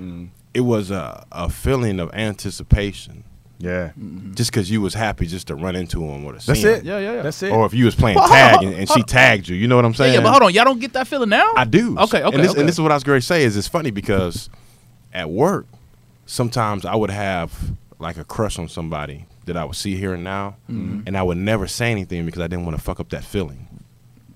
Speaker 3: It was a, a feeling of anticipation.
Speaker 2: yeah,
Speaker 3: Just because you was happy just to run into him or to
Speaker 2: that's
Speaker 3: see
Speaker 2: it.
Speaker 3: him.
Speaker 1: Mm-hmm. Yeah, yeah, yeah.
Speaker 2: That's it.
Speaker 3: Or if you was playing
Speaker 1: Well, hold
Speaker 3: tag
Speaker 1: on,
Speaker 3: and, and
Speaker 1: hold
Speaker 3: she
Speaker 1: on.
Speaker 3: tagged you. You know what I'm
Speaker 1: Yeah,
Speaker 3: saying?
Speaker 1: yeah, but hold on, y'all don't get that feeling now.
Speaker 3: I do.
Speaker 1: Okay, okay,
Speaker 3: And this,
Speaker 1: okay.
Speaker 3: And this is what I was going to say is it's funny because at work, sometimes I would have like a crush
Speaker 1: Mm-hmm.
Speaker 3: on somebody that I would see here and now, and I would never say anything because I didn't want to fuck up that feeling.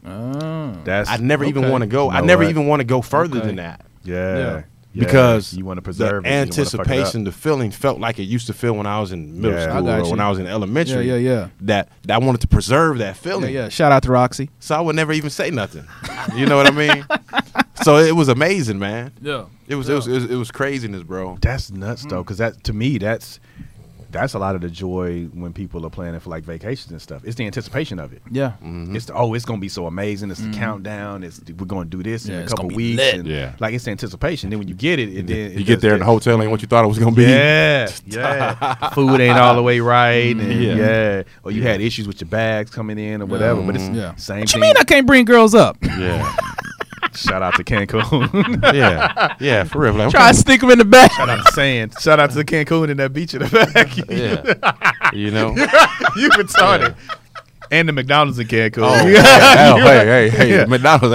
Speaker 1: Oh.
Speaker 2: That's
Speaker 3: I never even
Speaker 1: Okay.
Speaker 3: want to go. I
Speaker 2: You know
Speaker 3: never
Speaker 2: what?
Speaker 3: even want to go further
Speaker 1: Okay.
Speaker 3: than that
Speaker 2: yeah,
Speaker 1: Yeah.
Speaker 2: yeah.
Speaker 3: because
Speaker 2: you want to preserve
Speaker 3: the
Speaker 2: it, you don't wanna fuck it up.
Speaker 3: anticipation, the feeling felt like it used to feel when I was in middle
Speaker 2: Yeah. I
Speaker 3: school
Speaker 1: got
Speaker 3: or when
Speaker 1: you.
Speaker 3: I was in
Speaker 1: Yeah,
Speaker 3: elementary.
Speaker 1: yeah, yeah.
Speaker 3: That, that I wanted to preserve that
Speaker 1: Yeah,
Speaker 3: feeling.
Speaker 1: yeah. Shout out to Roxy.
Speaker 3: So I would never even say nothing. You know what I mean? so it was amazing, man.
Speaker 1: Yeah.
Speaker 3: It was, it was it was it was craziness, bro.
Speaker 2: That's nuts though,
Speaker 1: Mm-hmm.
Speaker 2: because that to me that's that's a lot of the joy when people are planning for like vacations and stuff. It's the anticipation of it.
Speaker 1: Yeah.
Speaker 2: It's the, oh, it's gonna be so amazing. It's the countdown. It's we're gonna do this
Speaker 1: Mm-hmm. Yeah,
Speaker 2: in a
Speaker 1: it's gonna
Speaker 2: couple
Speaker 1: be
Speaker 2: weeks.
Speaker 1: lit.
Speaker 2: And,
Speaker 3: Yeah.
Speaker 2: like it's anticipation. Then when you get it, it then it
Speaker 3: you get
Speaker 2: does
Speaker 3: there in
Speaker 2: that.
Speaker 3: the hotel ain't what you thought it was gonna be.
Speaker 2: Yeah, yeah. Food ain't all the way right. And
Speaker 3: Yeah.
Speaker 2: yeah. or you had issues with your bags coming in or whatever. But
Speaker 3: Mm-hmm.
Speaker 2: it's
Speaker 1: Yeah.
Speaker 2: same
Speaker 1: What you
Speaker 2: thing.
Speaker 1: mean I can't bring girls up?
Speaker 3: yeah,
Speaker 2: Shout out to Cancun.
Speaker 3: yeah, yeah. For real, like,
Speaker 1: Try to stick them in the back.
Speaker 2: Shout out to saying. Shout out to Cancun and that beach in the back.
Speaker 3: yeah, you know.
Speaker 2: you retarded. And the McDonald's in Cancun.
Speaker 3: Oh,
Speaker 2: Yeah.
Speaker 3: hell, hey, hey, hey,
Speaker 2: Yeah.
Speaker 3: McDonald's,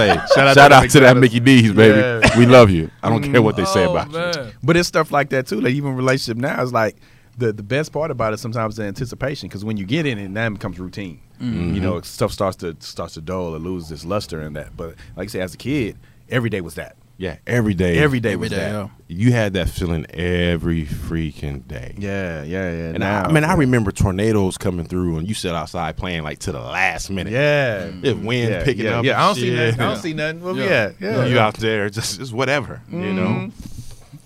Speaker 3: hey, shout out,
Speaker 2: out
Speaker 3: to,
Speaker 2: to
Speaker 3: that
Speaker 2: McDonald's.
Speaker 3: Mickey D's, baby.
Speaker 2: Yeah. Oh,
Speaker 3: We love you. I don't care what they
Speaker 1: Oh,
Speaker 3: say about you.
Speaker 2: But it's stuff like that too. Like even relationship now is like the the best part about it sometimes is the anticipation because when you get in it, now it becomes routine.
Speaker 3: Mm-hmm.
Speaker 2: You know, stuff starts to starts to dull or lose its luster and that. But like I said, as a kid, every day was that.
Speaker 3: Yeah, every day.
Speaker 2: Every day
Speaker 1: Every
Speaker 2: was
Speaker 1: day,
Speaker 2: that.
Speaker 3: You had that feeling every freaking day.
Speaker 2: Yeah, yeah, yeah.
Speaker 3: And I, I mean, I remember tornadoes coming through, and you sit outside playing like to the last minute.
Speaker 2: Yeah.
Speaker 3: If wind
Speaker 2: yeah,
Speaker 3: picking
Speaker 2: yeah,
Speaker 3: up,
Speaker 2: Yeah, I don't
Speaker 3: and
Speaker 2: see
Speaker 3: shit.
Speaker 2: nothing. I don't
Speaker 1: Yeah.
Speaker 2: see nothing. Well,
Speaker 1: Yeah.
Speaker 2: yeah, yeah. Mm-hmm.
Speaker 3: You out there, just, just whatever, you know.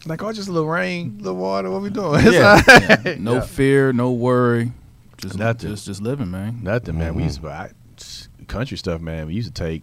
Speaker 2: Like, oh, just a little rain, a little water. What we doing? It's
Speaker 3: Yeah.
Speaker 2: all right.
Speaker 1: No fear, no worry. Just
Speaker 2: Nothing.
Speaker 1: Just, just living, man.
Speaker 2: Nothing, man. We
Speaker 3: Mhm.
Speaker 2: used to buy country stuff, man. We used to take,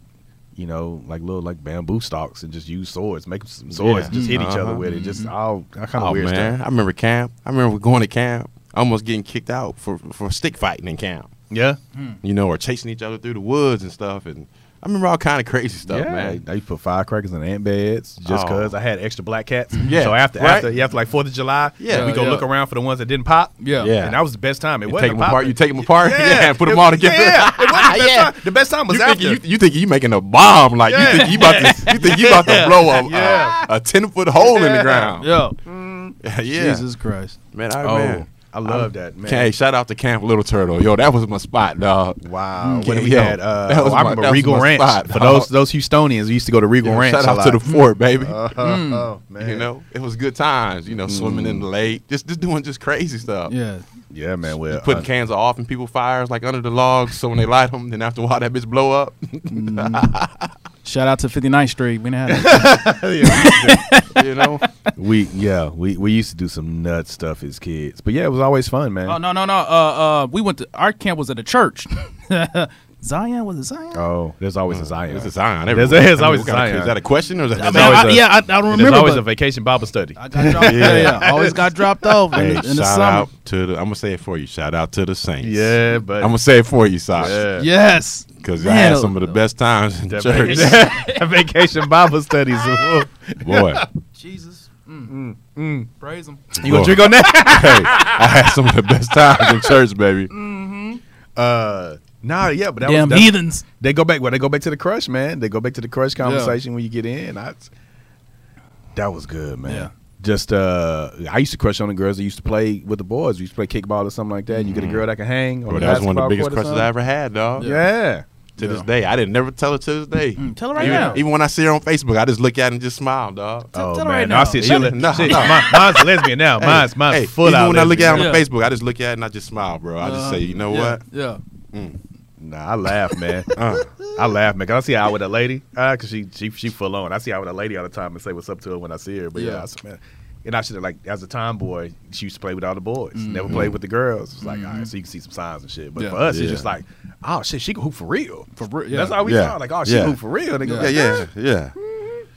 Speaker 2: you know, like little like bamboo stalks and just use swords, make some swords,
Speaker 3: Yeah.
Speaker 2: just hit each other
Speaker 3: Uh-huh.
Speaker 2: with it. Just all, all kind of
Speaker 3: Oh
Speaker 2: weird
Speaker 3: man,
Speaker 2: stuff.
Speaker 3: I remember camp. I remember going to camp, almost getting kicked out for for stick fighting in camp.
Speaker 2: Yeah,
Speaker 3: You know, or chasing each other through the woods and stuff. And I remember all kind of crazy stuff,
Speaker 2: yeah.
Speaker 3: man.
Speaker 2: I used to put firecrackers in ant beds just
Speaker 3: Oh.
Speaker 2: because I had extra black cats.
Speaker 3: Yeah.
Speaker 2: So after
Speaker 3: Right.
Speaker 2: after, after like Fourth of July,
Speaker 3: Yeah.
Speaker 2: we go
Speaker 1: Yeah.
Speaker 2: look around for the ones that didn't pop.
Speaker 1: Yeah.
Speaker 3: Yeah.
Speaker 2: And that was the best time. It
Speaker 3: You
Speaker 2: wasn't
Speaker 3: take them
Speaker 2: a pop-
Speaker 3: apart. You take them apart. Yeah, and put them
Speaker 2: It-
Speaker 3: all together.
Speaker 2: Yeah, it was the best
Speaker 3: Yeah.
Speaker 2: time. The best time was
Speaker 3: You
Speaker 2: after.
Speaker 3: think you, you think you making a bomb? Like
Speaker 2: Yeah.
Speaker 3: you think you about to you think you about to blow a
Speaker 2: Yeah.
Speaker 3: a, ten foot hole in the
Speaker 2: Yeah.
Speaker 3: ground?
Speaker 1: Yo.
Speaker 3: Yeah,
Speaker 1: Jesus Christ.
Speaker 3: man. I,
Speaker 2: oh,
Speaker 3: man.
Speaker 2: I love that, man.
Speaker 3: Hey, shout out to Camp Little Turtle. Yo, that was my spot, dog.
Speaker 2: Wow. What
Speaker 3: Mm. Yeah,
Speaker 2: do we
Speaker 3: yo,
Speaker 2: had? Uh,
Speaker 3: that was
Speaker 2: oh,
Speaker 3: my-
Speaker 2: I
Speaker 3: that
Speaker 2: remember
Speaker 3: was
Speaker 2: Regal
Speaker 3: my
Speaker 2: Ranch.
Speaker 3: spot,
Speaker 2: For
Speaker 3: dog.
Speaker 2: those those Houstonians, we used to go to Regal
Speaker 3: Yo,
Speaker 2: Ranch.
Speaker 3: shout
Speaker 2: a
Speaker 3: out
Speaker 2: lot.
Speaker 3: to the fort, baby.
Speaker 1: Mm.
Speaker 2: oh, man.
Speaker 3: You know, it was good times. You know, swimming
Speaker 2: Mm.
Speaker 3: in the lake, just just doing just crazy stuff.
Speaker 1: Yeah.
Speaker 2: Yeah, man. Well,
Speaker 3: Putting
Speaker 2: uh,
Speaker 3: cans of off in people fires like under the logs, so when they light them, then after a while that bitch blow up.
Speaker 1: Mm. Shout out to 59th Street. We didn't have that.
Speaker 3: you know,
Speaker 2: we yeah we we used to do some nut stuff as kids, but yeah, it was always fun, man.
Speaker 1: oh no no no. Uh uh. We went to our camp was at a church. Zion was it Zion?
Speaker 2: Oh, there's always a Zion.
Speaker 3: it's a Zion.
Speaker 2: There's-
Speaker 3: everywhere.
Speaker 2: there's always
Speaker 3: what kind of-
Speaker 2: Zion.
Speaker 3: Is that a question or is that?
Speaker 1: I mean,
Speaker 2: always
Speaker 1: I,
Speaker 2: a-
Speaker 1: yeah, I, I don't
Speaker 2: And there's
Speaker 1: remember.
Speaker 2: always
Speaker 1: but
Speaker 2: a vacation Bible study.
Speaker 1: I got dropped. yeah. yeah, Always got dropped off in,
Speaker 3: Hey,
Speaker 1: the, in the
Speaker 3: shout
Speaker 1: summer.
Speaker 3: out to the. I'm gonna say it for you. Shout out to the Saints.
Speaker 2: yeah, but
Speaker 3: I'm gonna say it for you, Sox.
Speaker 2: yeah.
Speaker 1: Yes.
Speaker 3: Because I
Speaker 1: Man,
Speaker 3: had some of the best times in
Speaker 2: That
Speaker 3: church.
Speaker 2: vac- that vacation Bible studies.
Speaker 3: Boy,
Speaker 1: Jesus. Mm. Praise him.
Speaker 2: you gonna drink on that?
Speaker 3: hey, I had some of the best times in church, baby.
Speaker 1: Mm.
Speaker 2: Uh, nah, yeah, but that
Speaker 1: Damn
Speaker 2: was that,
Speaker 1: heathens.
Speaker 2: they go back. Well, they go back to the crush, man. They go back to the crush conversation when you get in. I, that was good, man.
Speaker 1: Yeah.
Speaker 2: Just uh, I used to crush on the girls that used to play with the boys. We used to play kickball or something like that. You get a girl that can hang. On
Speaker 3: Bro,
Speaker 2: the
Speaker 3: Oh, that was one
Speaker 2: basketball
Speaker 3: of the biggest
Speaker 2: court or
Speaker 3: crushes I
Speaker 2: something.
Speaker 3: ever had, dog.
Speaker 2: Yeah.
Speaker 3: To this
Speaker 1: Yeah. Mm.
Speaker 3: day, I didn't never tell her to this day.
Speaker 1: tell her right
Speaker 3: even,
Speaker 1: now.
Speaker 3: Even when I see her on Facebook, I just look at it and just smile, dog.
Speaker 1: Tell-
Speaker 2: oh
Speaker 1: tell her
Speaker 2: man,
Speaker 1: right
Speaker 2: no,
Speaker 1: now.
Speaker 2: I see she,
Speaker 3: No,
Speaker 2: li-
Speaker 3: no,
Speaker 2: she-
Speaker 3: no.
Speaker 2: mine- mine's a lesbian now. Mine's mine's
Speaker 3: hey,
Speaker 2: full
Speaker 3: even
Speaker 2: out.
Speaker 3: when I look at it on
Speaker 1: Yeah.
Speaker 3: Facebook, I just look at it and I just smile, bro. I just
Speaker 1: Uh,
Speaker 3: say, you know
Speaker 1: yeah,
Speaker 3: what? Uh,
Speaker 1: Yeah.
Speaker 2: Nah, I laugh, man. I laugh, man. 'Cause I see how with a lady, uh, cause she she she full on. I see how with a lady all the time and say what's up to her when I see her. But yeah,
Speaker 1: Yeah.
Speaker 2: I said, man. And I should have like as a tomboy, she used to play with all the boys. Never played with the girls. It's like, all right, so you can see some signs and shit. But
Speaker 1: Yeah.
Speaker 2: for us,
Speaker 3: Mm-hmm. Yeah.
Speaker 2: it's just like, oh shit, she can hoop for real.
Speaker 1: For real.
Speaker 2: That's all we
Speaker 3: Yeah.
Speaker 2: saw. Like, oh, she
Speaker 3: Yeah.
Speaker 2: can hoop for real. They go, "Mm."
Speaker 3: Yeah, yeah, yeah.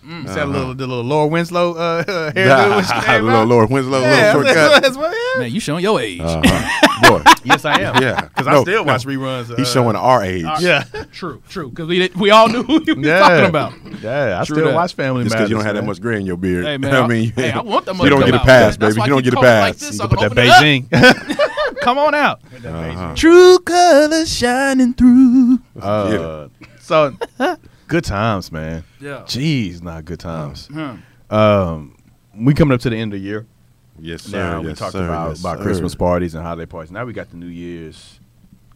Speaker 2: You see that little the little Laura Winslow uh, hairdo when she came
Speaker 3: little
Speaker 2: out?
Speaker 3: Lord Winslow,
Speaker 2: yeah,
Speaker 3: little
Speaker 2: that's,
Speaker 3: shortcut.
Speaker 2: that's what, yeah.
Speaker 1: Man, you showing your age.
Speaker 2: Uh.
Speaker 3: Uh-huh. Boy,
Speaker 2: Yes, I am.
Speaker 3: Yeah.
Speaker 2: because
Speaker 3: No,
Speaker 2: I still
Speaker 3: no.
Speaker 2: watch reruns.
Speaker 3: he's
Speaker 2: uh,
Speaker 3: showing our age.
Speaker 2: Yeah,
Speaker 1: True, true. Because we, did- we all knew who you were
Speaker 2: yeah.
Speaker 1: talking about.
Speaker 2: Yeah, I
Speaker 1: True
Speaker 2: still
Speaker 1: that.
Speaker 2: watch Family
Speaker 3: Just because
Speaker 2: Matters.
Speaker 3: you don't have that
Speaker 2: man.
Speaker 3: much gray in your beard.
Speaker 1: Hey man,
Speaker 3: I mean,
Speaker 1: hey, I want them.
Speaker 3: you don't
Speaker 1: to
Speaker 3: get a
Speaker 1: come out.
Speaker 3: pass,
Speaker 1: That's
Speaker 3: baby.
Speaker 1: why
Speaker 3: You
Speaker 1: I
Speaker 3: don't
Speaker 1: keep
Speaker 3: get a
Speaker 1: combing Like
Speaker 3: pass.
Speaker 1: this,
Speaker 3: You
Speaker 1: so I
Speaker 3: can put
Speaker 1: can
Speaker 2: that
Speaker 1: open it up.
Speaker 2: Beijing.
Speaker 1: Come on out.
Speaker 3: Uh-huh.
Speaker 1: True colors shining through.
Speaker 2: Uh, so good times, man.
Speaker 1: Yeah.
Speaker 2: Jeez, not good times.
Speaker 1: Huh.
Speaker 2: Um, we coming up to the end of the year.
Speaker 3: Yes, sir.
Speaker 2: Now
Speaker 3: yes,
Speaker 2: we talked
Speaker 3: sir,
Speaker 2: about,
Speaker 3: yes,
Speaker 2: about
Speaker 3: sir.
Speaker 2: Christmas parties and holiday parties. Now we got the New Year's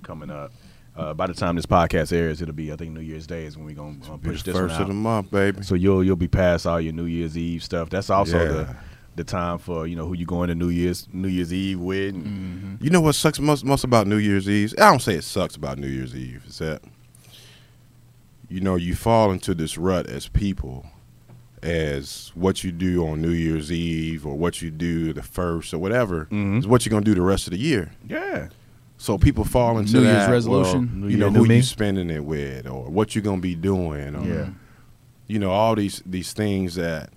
Speaker 2: coming up. Uh, by the time this podcast airs, it'll be I think New Year's Day is when we're gonna uh, push this one
Speaker 3: first
Speaker 2: out.
Speaker 3: of the month, baby.
Speaker 2: So you'll you'll be past all your New Year's Eve stuff. That's also
Speaker 3: Yeah.
Speaker 2: the the time for you know who you going to New Year's New Year's Eve with. And
Speaker 3: You know what sucks most most about New Year's Eve? I don't say it sucks about New Year's Eve. Is that you know you fall into this rut as people, as what you do on New Year's Eve or what you do the first or whatever
Speaker 2: Mhm.
Speaker 3: is what you're gonna do the rest of the year.
Speaker 2: Yeah,
Speaker 3: So people fall into
Speaker 1: New Year's
Speaker 3: that, well,
Speaker 1: resolution.
Speaker 2: New
Speaker 3: you know
Speaker 2: Year, new
Speaker 3: who
Speaker 2: me.
Speaker 3: you spending it with or what you're gonna be doing. Or,
Speaker 2: Yeah.
Speaker 3: You know all these these things that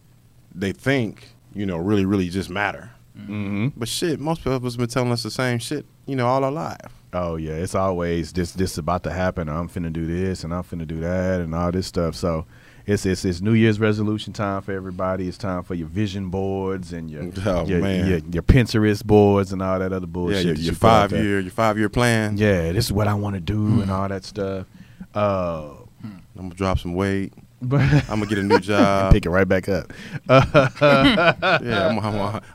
Speaker 3: they think you know really really just matter.
Speaker 2: hmm
Speaker 3: But shit, most people have been telling us the same shit, you know, all our life.
Speaker 2: Oh yeah, it's always this this is about to happen. I'm finna do this and I'm finna do that and all this stuff. So it's it's it's New Year's resolution time for everybody. It's time for your vision boards and your
Speaker 3: Oh,
Speaker 2: your,
Speaker 3: man.
Speaker 2: your your Pinterest boards and all that other bullshit.
Speaker 3: yeah, your,
Speaker 2: that
Speaker 3: your
Speaker 2: you put out
Speaker 3: five
Speaker 2: there.
Speaker 3: year, Hmm. your five year plan.
Speaker 2: Yeah, this is what I want to do and all that stuff. Uh,
Speaker 3: I'm gonna drop some weight.
Speaker 2: but
Speaker 3: I'm gonna get a new job.
Speaker 2: pick it right back up.
Speaker 3: yeah, I'm, I'm,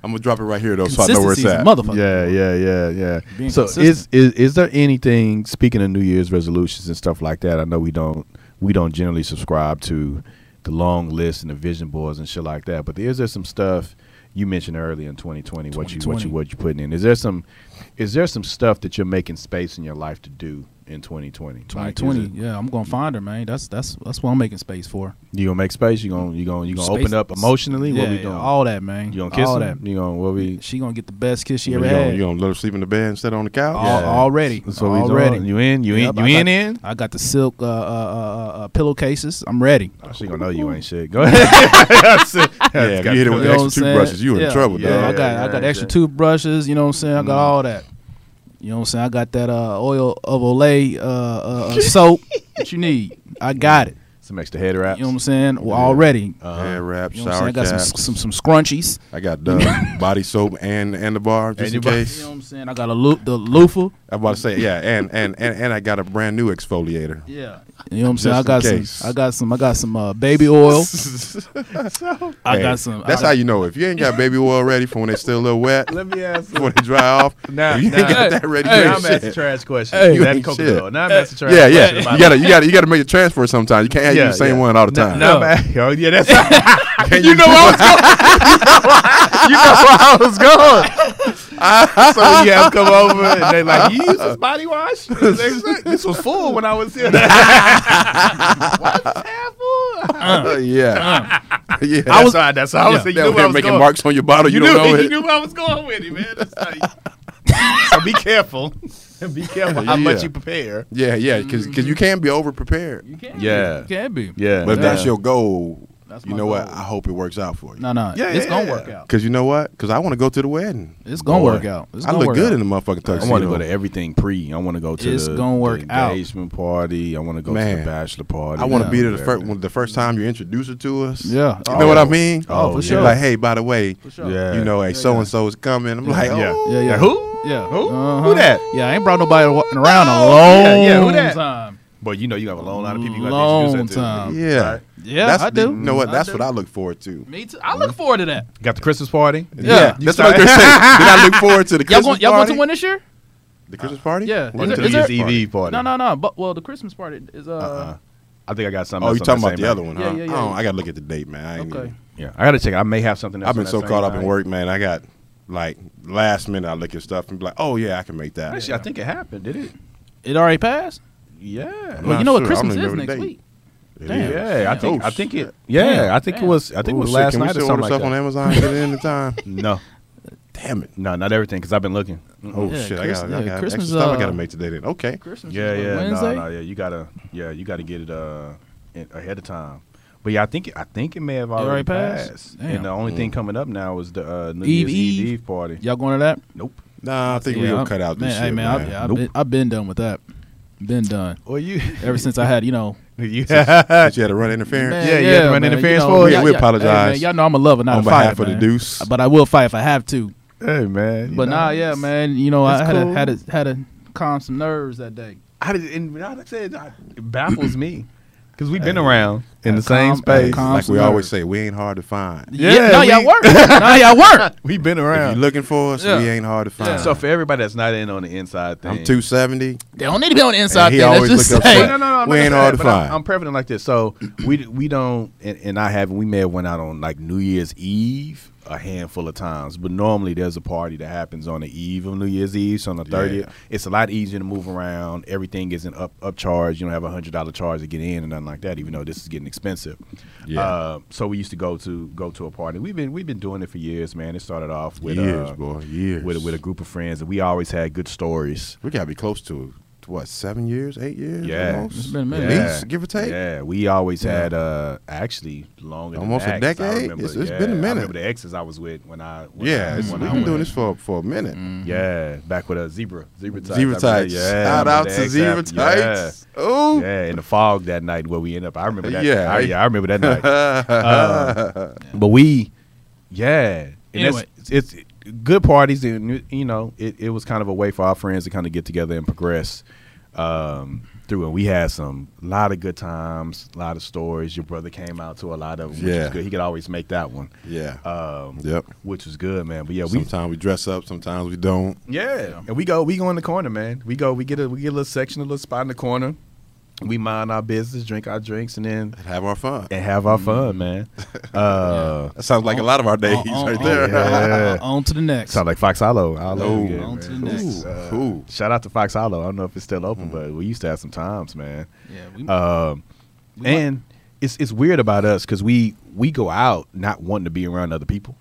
Speaker 3: I'm, gonna drop it right here though, so I know where
Speaker 1: Consistency
Speaker 3: it's
Speaker 1: is
Speaker 3: at.
Speaker 1: motherfucking-
Speaker 2: Yeah, yeah, yeah, yeah.
Speaker 1: Being
Speaker 2: so is,
Speaker 1: consistent.
Speaker 2: is is there anything speaking of New Year's resolutions and stuff like that? I know we don't we don't generally subscribe to the long list and the vision boards and shit like that. But is there some stuff you mentioned earlier in 2020, what you what
Speaker 1: 2020.
Speaker 2: you what you putting in? Is there some is there some stuff that you're making space in your life to do in 2020? Like, is
Speaker 1: 2020.
Speaker 2: it-
Speaker 1: yeah, I'm gonna find her, man. That's that's that's what I'm making space for.
Speaker 2: you gonna make space? You gonna you gonna you gonna
Speaker 1: Space-
Speaker 2: open up emotionally?
Speaker 1: yeah,
Speaker 2: what we
Speaker 1: yeah,
Speaker 2: doing?
Speaker 1: all that, man.
Speaker 2: you gonna kiss
Speaker 1: all
Speaker 2: them? You gonna what we?
Speaker 1: that. She gonna get the best kiss she
Speaker 3: You
Speaker 1: ever
Speaker 3: gonna,
Speaker 1: had.
Speaker 3: you gonna let her sleep in the bed instead of on the couch?
Speaker 1: Al- already,
Speaker 2: That's what we doing?
Speaker 1: already.
Speaker 2: You in? You
Speaker 1: Yep,
Speaker 2: in? You
Speaker 1: I
Speaker 2: in?
Speaker 1: got-
Speaker 2: In?
Speaker 1: I got the silk uh, uh, uh, uh, pillowcases. I'm ready.
Speaker 2: Oh, she gonna know you ain't shit. Go ahead. That's it.
Speaker 3: Yeah, if you hit it
Speaker 1: You know
Speaker 3: with the
Speaker 1: what I'm
Speaker 3: extra
Speaker 1: saying?
Speaker 3: toothbrushes, you in
Speaker 1: Yeah.
Speaker 3: trouble,
Speaker 1: Yeah, I
Speaker 3: dog. Mm.
Speaker 2: Yeah,
Speaker 1: got I
Speaker 2: yeah,
Speaker 1: got
Speaker 2: yeah.
Speaker 1: extra toothbrushes. You know what I'm saying? I got all that. You know what I'm saying? I got that uh, oil of Olay uh, uh, uh, soap that you need. I got it.
Speaker 2: Some extra head wraps.
Speaker 1: You know what I'm saying? Well, already.
Speaker 3: Hair wrap,
Speaker 1: Uh-huh. You know what I'm saying?
Speaker 3: shower
Speaker 1: I got some,
Speaker 3: Uh, caps.
Speaker 1: some some scrunchies.
Speaker 3: I got Dove body soap and and the bar just
Speaker 2: And
Speaker 3: in
Speaker 2: your bar-
Speaker 1: You
Speaker 3: case.
Speaker 1: know what I'm saying? I got a loop the loofah.
Speaker 3: I'm about to say yeah, and and and, and I got a brand new exfoliator.
Speaker 1: Yeah. You know what I'm saying? I
Speaker 3: Just
Speaker 1: got
Speaker 3: in
Speaker 1: some
Speaker 3: case.
Speaker 1: I got some I got some uh, baby oil. I
Speaker 3: Hey,
Speaker 1: got some
Speaker 3: That's
Speaker 1: I,
Speaker 3: how you know if you ain't got baby oil ready for when they still a little wet,
Speaker 2: Let me ask.
Speaker 3: for when they dry off.
Speaker 2: Now,
Speaker 3: if you
Speaker 2: now-
Speaker 3: ain't got
Speaker 2: hey,
Speaker 3: that ready.
Speaker 2: Hey,
Speaker 3: you
Speaker 2: now
Speaker 3: ain't
Speaker 2: I'm asking
Speaker 3: shit.
Speaker 2: trash question.
Speaker 1: Hey,
Speaker 2: you
Speaker 3: you
Speaker 2: had
Speaker 3: ain't
Speaker 2: Coca Cola.
Speaker 3: shit.
Speaker 2: Now I'm asking trash
Speaker 3: Yeah,
Speaker 2: question.
Speaker 3: yeah. You gotta, you gotta, you gotta make a transfer sometimes. You can't have you the same one all the time.
Speaker 2: No,
Speaker 1: No.
Speaker 2: man. Oh, yeah, that's. you
Speaker 3: Can't you
Speaker 2: know where I was going. you know where I was going. so you have come over and they like, you use this body wash? this was full when I was here.
Speaker 3: Uh, yeah, yeah.
Speaker 1: I was-
Speaker 2: that's why. That's why I was
Speaker 1: Yeah.
Speaker 2: saying. You know
Speaker 3: that
Speaker 2: where I
Speaker 3: man
Speaker 2: was
Speaker 3: making
Speaker 2: going.
Speaker 3: marks on your bottle. You,
Speaker 2: knew,
Speaker 3: don't know
Speaker 2: you
Speaker 3: it.
Speaker 2: knew where I was going with it, man. That's like- so be careful. be careful how much
Speaker 3: Yeah.
Speaker 2: you prepare.
Speaker 3: Yeah, yeah. Because you can be over prepared.
Speaker 1: you can
Speaker 2: Yeah.
Speaker 1: be. You can be.
Speaker 2: Yeah.
Speaker 3: But if that's
Speaker 1: Yeah.
Speaker 3: your goal,
Speaker 1: That's
Speaker 3: you
Speaker 1: my
Speaker 3: know what?
Speaker 1: goal.
Speaker 3: I hope it works out for you.
Speaker 1: No, no.
Speaker 2: Yeah,
Speaker 1: it's
Speaker 2: yeah,
Speaker 1: gonna
Speaker 2: yeah.
Speaker 1: work out.
Speaker 3: Because you know what? Because I want to go to the wedding.
Speaker 1: It's gonna
Speaker 2: Boy.
Speaker 1: work out. It's
Speaker 3: I
Speaker 1: gonna
Speaker 3: look
Speaker 1: work
Speaker 3: good
Speaker 1: out.
Speaker 3: in the motherfucking tuxedo.
Speaker 2: I want to go to everything pre. I want to go to
Speaker 1: It's
Speaker 2: the,
Speaker 1: gonna work
Speaker 2: the
Speaker 1: out.
Speaker 2: engagement party. I want to go to the
Speaker 3: Man.
Speaker 2: bachelor party.
Speaker 3: I want to
Speaker 1: Yeah.
Speaker 3: be there the first when- the first time you introduce her to us.
Speaker 1: Yeah.
Speaker 3: you know what I
Speaker 2: Oh.
Speaker 3: mean.
Speaker 1: Oh, for
Speaker 2: yeah.
Speaker 1: sure.
Speaker 3: Like, hey, by the way,
Speaker 1: For sure.
Speaker 2: Yeah.
Speaker 3: you know, hey,
Speaker 1: Yeah,
Speaker 3: so and so is coming. I'm like,
Speaker 2: Yeah.
Speaker 3: oh,
Speaker 1: Yeah, yeah.
Speaker 2: who?
Speaker 1: Yeah.
Speaker 2: Who?
Speaker 1: Uh-huh.
Speaker 2: Who that?
Speaker 1: Yeah, I ain't brought nobody wa- around a
Speaker 2: Oh,
Speaker 1: long
Speaker 2: yeah, yeah, who that?
Speaker 1: time.
Speaker 2: But you know, you have a long lot of people. You got to
Speaker 1: Long
Speaker 2: introduce that to.
Speaker 1: time.
Speaker 3: yeah.
Speaker 2: Right.
Speaker 1: Yeah,
Speaker 3: that's
Speaker 1: I
Speaker 3: the-
Speaker 1: do.
Speaker 3: You know what? That's
Speaker 1: I
Speaker 3: what I look forward to.
Speaker 1: Me too. I look forward to that.
Speaker 2: Got the Christmas party.
Speaker 1: Yeah.
Speaker 2: You
Speaker 3: that's
Speaker 2: start-
Speaker 3: what they're saying. Did I look forward to the
Speaker 1: Y'all
Speaker 3: Christmas
Speaker 1: going? Y'all going
Speaker 3: party?
Speaker 1: to one this year?
Speaker 3: The Christmas party?
Speaker 1: Yeah.
Speaker 3: Or
Speaker 1: Is
Speaker 2: Went
Speaker 1: there-
Speaker 2: to
Speaker 1: is
Speaker 2: the
Speaker 1: there-
Speaker 3: E
Speaker 2: USEV party.
Speaker 1: No, no, no. But well, the Christmas party is uh.
Speaker 2: Uh-uh. I think I got something.
Speaker 3: Oh,
Speaker 2: else
Speaker 3: you
Speaker 2: on
Speaker 3: talking
Speaker 2: that
Speaker 3: about
Speaker 2: same
Speaker 3: the other
Speaker 2: night.
Speaker 3: one?
Speaker 1: Yeah,
Speaker 3: huh?
Speaker 1: yeah, yeah,
Speaker 3: I, don't-
Speaker 1: yeah.
Speaker 3: I gotta look at the date, man. I ain't
Speaker 1: Okay.
Speaker 3: even-
Speaker 2: Yeah, I got to check. I may have something. Else
Speaker 3: I've
Speaker 2: on
Speaker 3: been
Speaker 2: that
Speaker 3: so
Speaker 2: same
Speaker 3: caught up
Speaker 2: night.
Speaker 3: in work, man. I got like last minute. I look at stuff and be like, oh yeah, I can make that.
Speaker 2: Actually, I think it happened. Did it?
Speaker 1: It already passed.
Speaker 2: Yeah.
Speaker 3: I'm
Speaker 1: Well,
Speaker 3: not
Speaker 1: you know
Speaker 3: sure.
Speaker 1: what
Speaker 3: I
Speaker 1: Christmas
Speaker 3: don't even
Speaker 1: is
Speaker 3: remember
Speaker 1: next
Speaker 3: the date.
Speaker 1: week.
Speaker 3: It
Speaker 1: Damn.
Speaker 3: is.
Speaker 2: Yeah, I think
Speaker 3: Oh,
Speaker 2: I think it.
Speaker 3: shit.
Speaker 2: Yeah,
Speaker 1: Damn.
Speaker 2: I think it
Speaker 1: Damn.
Speaker 2: was. I think it
Speaker 3: Oh,
Speaker 2: was
Speaker 3: shit,
Speaker 2: last
Speaker 3: can we
Speaker 2: night or
Speaker 3: still
Speaker 2: something
Speaker 3: order
Speaker 2: like
Speaker 3: stuff
Speaker 2: that.
Speaker 3: on Amazon. Get it in the time.
Speaker 2: No,
Speaker 3: Damn it.
Speaker 2: no, not everything because I've been looking.
Speaker 3: Oh
Speaker 1: Yeah,
Speaker 3: shit! I
Speaker 1: Christ-
Speaker 3: got,
Speaker 1: yeah,
Speaker 3: I got
Speaker 1: Christmas,
Speaker 3: extra stuff I
Speaker 1: uh,
Speaker 3: gotta make today. Then okay.
Speaker 1: Christmas.
Speaker 2: Yeah,
Speaker 1: is
Speaker 2: yeah,
Speaker 1: what,
Speaker 2: no,
Speaker 1: Wednesday.
Speaker 2: no, yeah. You gotta, yeah, you gotta get it uh in, ahead of time. But yeah, I think I think it may have already,
Speaker 1: already
Speaker 2: passed.
Speaker 1: passed?
Speaker 2: And
Speaker 1: Damn.
Speaker 2: the only thing coming up now is the uh, New
Speaker 1: Eve,
Speaker 2: Year's Eve,
Speaker 1: Eve.
Speaker 2: Eve party.
Speaker 1: Y'all going to that?
Speaker 2: Nope.
Speaker 3: Nah, I think
Speaker 1: Yeah,
Speaker 3: we'll
Speaker 1: I'm-
Speaker 3: cut out this
Speaker 1: man,
Speaker 3: shit,
Speaker 1: Hey man, I've,
Speaker 3: man.
Speaker 1: yeah, I've
Speaker 2: Nope.
Speaker 1: been, I've been done with that. Been done.
Speaker 2: Well, you,
Speaker 1: Ever since I had, you know,
Speaker 2: you, yeah,
Speaker 3: But you had to run interference.
Speaker 1: man,
Speaker 2: Yeah, you had to run
Speaker 1: man,
Speaker 2: interference
Speaker 1: you
Speaker 2: for
Speaker 1: know,
Speaker 2: it?
Speaker 1: yeah,
Speaker 3: We
Speaker 1: yeah.
Speaker 3: apologize
Speaker 1: Hey, man, y'all know I'm a lover, not
Speaker 3: on
Speaker 1: a fighter.
Speaker 3: behalf of the
Speaker 1: man.
Speaker 3: Deuce.
Speaker 1: But I will fight if I have to.
Speaker 2: hey man. you
Speaker 1: But
Speaker 2: know,
Speaker 1: nah, yeah, man. You know,
Speaker 2: it's
Speaker 1: I had
Speaker 2: cool.
Speaker 1: to had to had to calm some nerves that day.
Speaker 2: I did, and like I said, I- it baffles me because we've been around. in the
Speaker 1: At
Speaker 2: same
Speaker 1: Com-
Speaker 2: space.
Speaker 1: at Com-
Speaker 3: like we
Speaker 1: Absolutely.
Speaker 3: always say, we ain't hard to find.
Speaker 1: Yeah,
Speaker 2: Yeah,
Speaker 1: no,
Speaker 2: we-
Speaker 1: y'all work. no, y'all work.
Speaker 2: We've been
Speaker 3: If
Speaker 2: around.
Speaker 3: you're looking for us,
Speaker 1: Yeah.
Speaker 3: we ain't hard to find.
Speaker 2: So for everybody that's not in on the inside thing,
Speaker 3: I'm 270.
Speaker 1: They don't need to be on the inside
Speaker 3: he
Speaker 1: thing. Let's
Speaker 3: always
Speaker 1: just
Speaker 3: look
Speaker 1: say.
Speaker 3: upset.
Speaker 2: no, no, no, I'm
Speaker 3: We
Speaker 2: not
Speaker 3: ain't
Speaker 2: gonna
Speaker 3: hard
Speaker 2: say
Speaker 3: to
Speaker 2: that, but
Speaker 3: find.
Speaker 2: I'm, I'm prevalent like this. So we we don't, and, and I haven't. We may have went out on like New Year's Eve a handful of times, but normally there's a party that happens on the eve of New Year's Eve, so on the
Speaker 3: Yeah.
Speaker 2: thirtieth. It's a lot easier to move around. Everything isn't up upcharge. You don't have a hundred dollar charge to get in and nothing like that. Even though this is getting expensive.
Speaker 3: Yeah.
Speaker 2: Uh, so we used to go to go to a party. We've been we've been doing it for years, man. It started off with
Speaker 3: years,
Speaker 2: uh,
Speaker 3: boy. Years.
Speaker 2: with with a group of friends, and we always had good stories.
Speaker 3: we gotta be close to, to what seven years, eight years.
Speaker 2: Yeah.
Speaker 3: almost?
Speaker 1: It's been a minute.
Speaker 3: At
Speaker 2: Yeah.
Speaker 3: least, give or take.
Speaker 2: Yeah, we always
Speaker 1: Yeah.
Speaker 2: had uh actually longer than
Speaker 3: Almost a
Speaker 2: that, 'cause I
Speaker 3: decade?
Speaker 2: Remember,
Speaker 3: It's- it's
Speaker 2: yeah,
Speaker 3: been a
Speaker 2: I
Speaker 3: minute.
Speaker 2: remember the exes I was with when I when
Speaker 3: Yeah,
Speaker 2: I,
Speaker 3: it's,
Speaker 2: when
Speaker 3: we've
Speaker 2: I
Speaker 3: been
Speaker 2: went-
Speaker 3: doing this for for a minute.
Speaker 2: Yeah, back with a zebra, zebra tights.
Speaker 3: Zebra
Speaker 2: I remember-
Speaker 3: tights.
Speaker 2: Yeah, I
Speaker 3: Shout out
Speaker 2: remember the
Speaker 3: to
Speaker 2: ex
Speaker 3: zebra
Speaker 2: happened. Yeah.
Speaker 3: tights. Oh,
Speaker 2: Yeah, in the fog that night where we end up. I remember that.
Speaker 3: Yeah.
Speaker 2: I, yeah, I remember that night. Um, but we, yeah, and
Speaker 1: Anyway.
Speaker 2: that's, it's good parties, and you know, it, it was kind of a way for our friends to kind of get together and progress um, through. And we had some lot of good times, a lot of stories. Your brother came out to a lot of them, which
Speaker 3: Yeah.
Speaker 2: was good. He could always make that one,
Speaker 3: yeah.
Speaker 2: um,
Speaker 3: yep.
Speaker 2: which was good, man. But yeah, we.
Speaker 3: Sometimes we dress up, sometimes we don't.
Speaker 2: Yeah, and we go, we go in the corner, man. We go, we get a, we get a little section, a little spot in the corner. We mind our business, drink our drinks, and then
Speaker 3: Have our fun.
Speaker 2: and have our
Speaker 1: Mm-hmm.
Speaker 2: fun, man. Uh,
Speaker 3: That sounds like a lot of our days
Speaker 1: On- on-
Speaker 3: right
Speaker 1: on-
Speaker 3: there.
Speaker 2: oh, Yeah.
Speaker 1: On to the next.
Speaker 2: Sound like Fox Hollow. Hollow,
Speaker 3: Ooh.
Speaker 2: yeah,
Speaker 1: On
Speaker 2: man.
Speaker 1: to the next.
Speaker 3: Ooh,
Speaker 2: uh,
Speaker 3: ooh.
Speaker 2: Shout out to Fox Hollow. I don't know if it's still open,
Speaker 1: Mm-hmm.
Speaker 2: but we used to have some times, man.
Speaker 1: Yeah, we,
Speaker 2: Um,
Speaker 1: we might-
Speaker 2: and it's it's weird about us because we we go out not wanting to be around other people.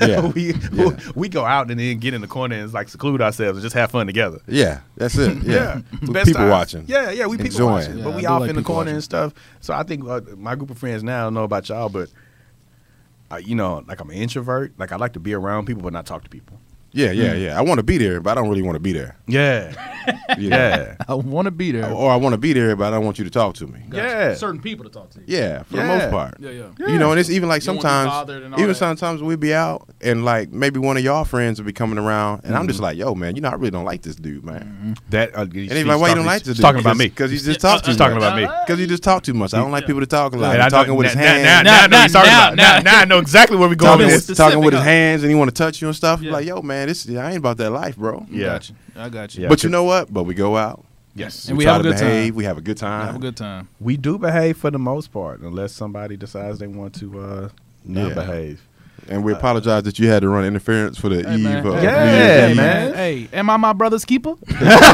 Speaker 3: Yeah.
Speaker 2: we
Speaker 3: Yeah.
Speaker 2: we go out and then get in the corner and like seclude ourselves and just have fun together.
Speaker 3: Yeah, that's it. Yeah,
Speaker 2: It's the
Speaker 3: With
Speaker 2: best
Speaker 3: people
Speaker 2: times.
Speaker 3: watching.
Speaker 2: Yeah, yeah, we people
Speaker 3: Enjoying.
Speaker 2: watching,
Speaker 1: Yeah,
Speaker 2: but
Speaker 1: I
Speaker 2: we
Speaker 1: do
Speaker 2: off
Speaker 1: like
Speaker 2: in the
Speaker 1: people
Speaker 2: corner
Speaker 1: watching.
Speaker 2: and stuff. So I think uh, my group of friends now I don't know about y'all, but I, you know, like I'm an introvert. Like I like to be around people, but not talk to people.
Speaker 3: yeah, yeah,
Speaker 1: Mm.
Speaker 3: yeah. I want to be there, but I don't really want to be there.
Speaker 2: Yeah,
Speaker 3: you know?
Speaker 2: yeah,
Speaker 1: I want to be there.
Speaker 3: Or I want to be there, but I don't want you to talk to me.
Speaker 1: Gotcha.
Speaker 2: yeah.
Speaker 1: Certain people to talk to.
Speaker 3: Yeah, for
Speaker 2: Yeah.
Speaker 3: the most part.
Speaker 1: Yeah, yeah.
Speaker 2: Yeah.
Speaker 3: You know, and it's even like
Speaker 1: You don't wanna be
Speaker 3: sometimes,
Speaker 1: bothered and all
Speaker 3: even
Speaker 1: that.
Speaker 3: sometimes we'd be out and like maybe one of y'all friends would be coming around, and I'm
Speaker 1: Mm-hmm.
Speaker 3: just like, yo, man, you know, I really don't like this dude, man.
Speaker 2: That uh,
Speaker 3: And he's like, why you don't like this dude?
Speaker 2: talking about me.
Speaker 3: Because he's just talking.
Speaker 2: He's talking about me.
Speaker 3: Because he just talked too much. I don't like people to talk a lot.
Speaker 2: And I
Speaker 3: He's talking
Speaker 2: know-
Speaker 3: with his
Speaker 2: now-
Speaker 3: hands.
Speaker 2: Now, now, now, I know
Speaker 1: Now-
Speaker 2: he's talking
Speaker 1: now-
Speaker 2: about. Now, now I know exactly where we're going.
Speaker 1: Tell me
Speaker 2: with
Speaker 3: talking, with,
Speaker 2: this.
Speaker 1: specific
Speaker 3: talking with his
Speaker 1: of-
Speaker 3: hands and he want to touch you and stuff.
Speaker 1: Yeah.
Speaker 3: Like, yo, man, this I ain't about that life, bro.
Speaker 2: Yeah.
Speaker 1: Gotcha. I got you.
Speaker 2: Yeah.
Speaker 3: But you know what? But we go out.
Speaker 2: Yes,
Speaker 1: And we
Speaker 3: try
Speaker 1: have a
Speaker 3: to
Speaker 1: good
Speaker 3: behave.
Speaker 1: time.
Speaker 3: We have a good time.
Speaker 1: Have a good time.
Speaker 2: we do behave for the most part, unless somebody decides they want to uh, not
Speaker 3: Yeah.
Speaker 2: behave.
Speaker 3: And we apologize that you had to run interference for the
Speaker 1: Hey,
Speaker 3: eve
Speaker 1: man.
Speaker 3: of New
Speaker 2: Yeah,
Speaker 3: Year's Eve.
Speaker 2: man.
Speaker 1: Hey, am I my brother's keeper?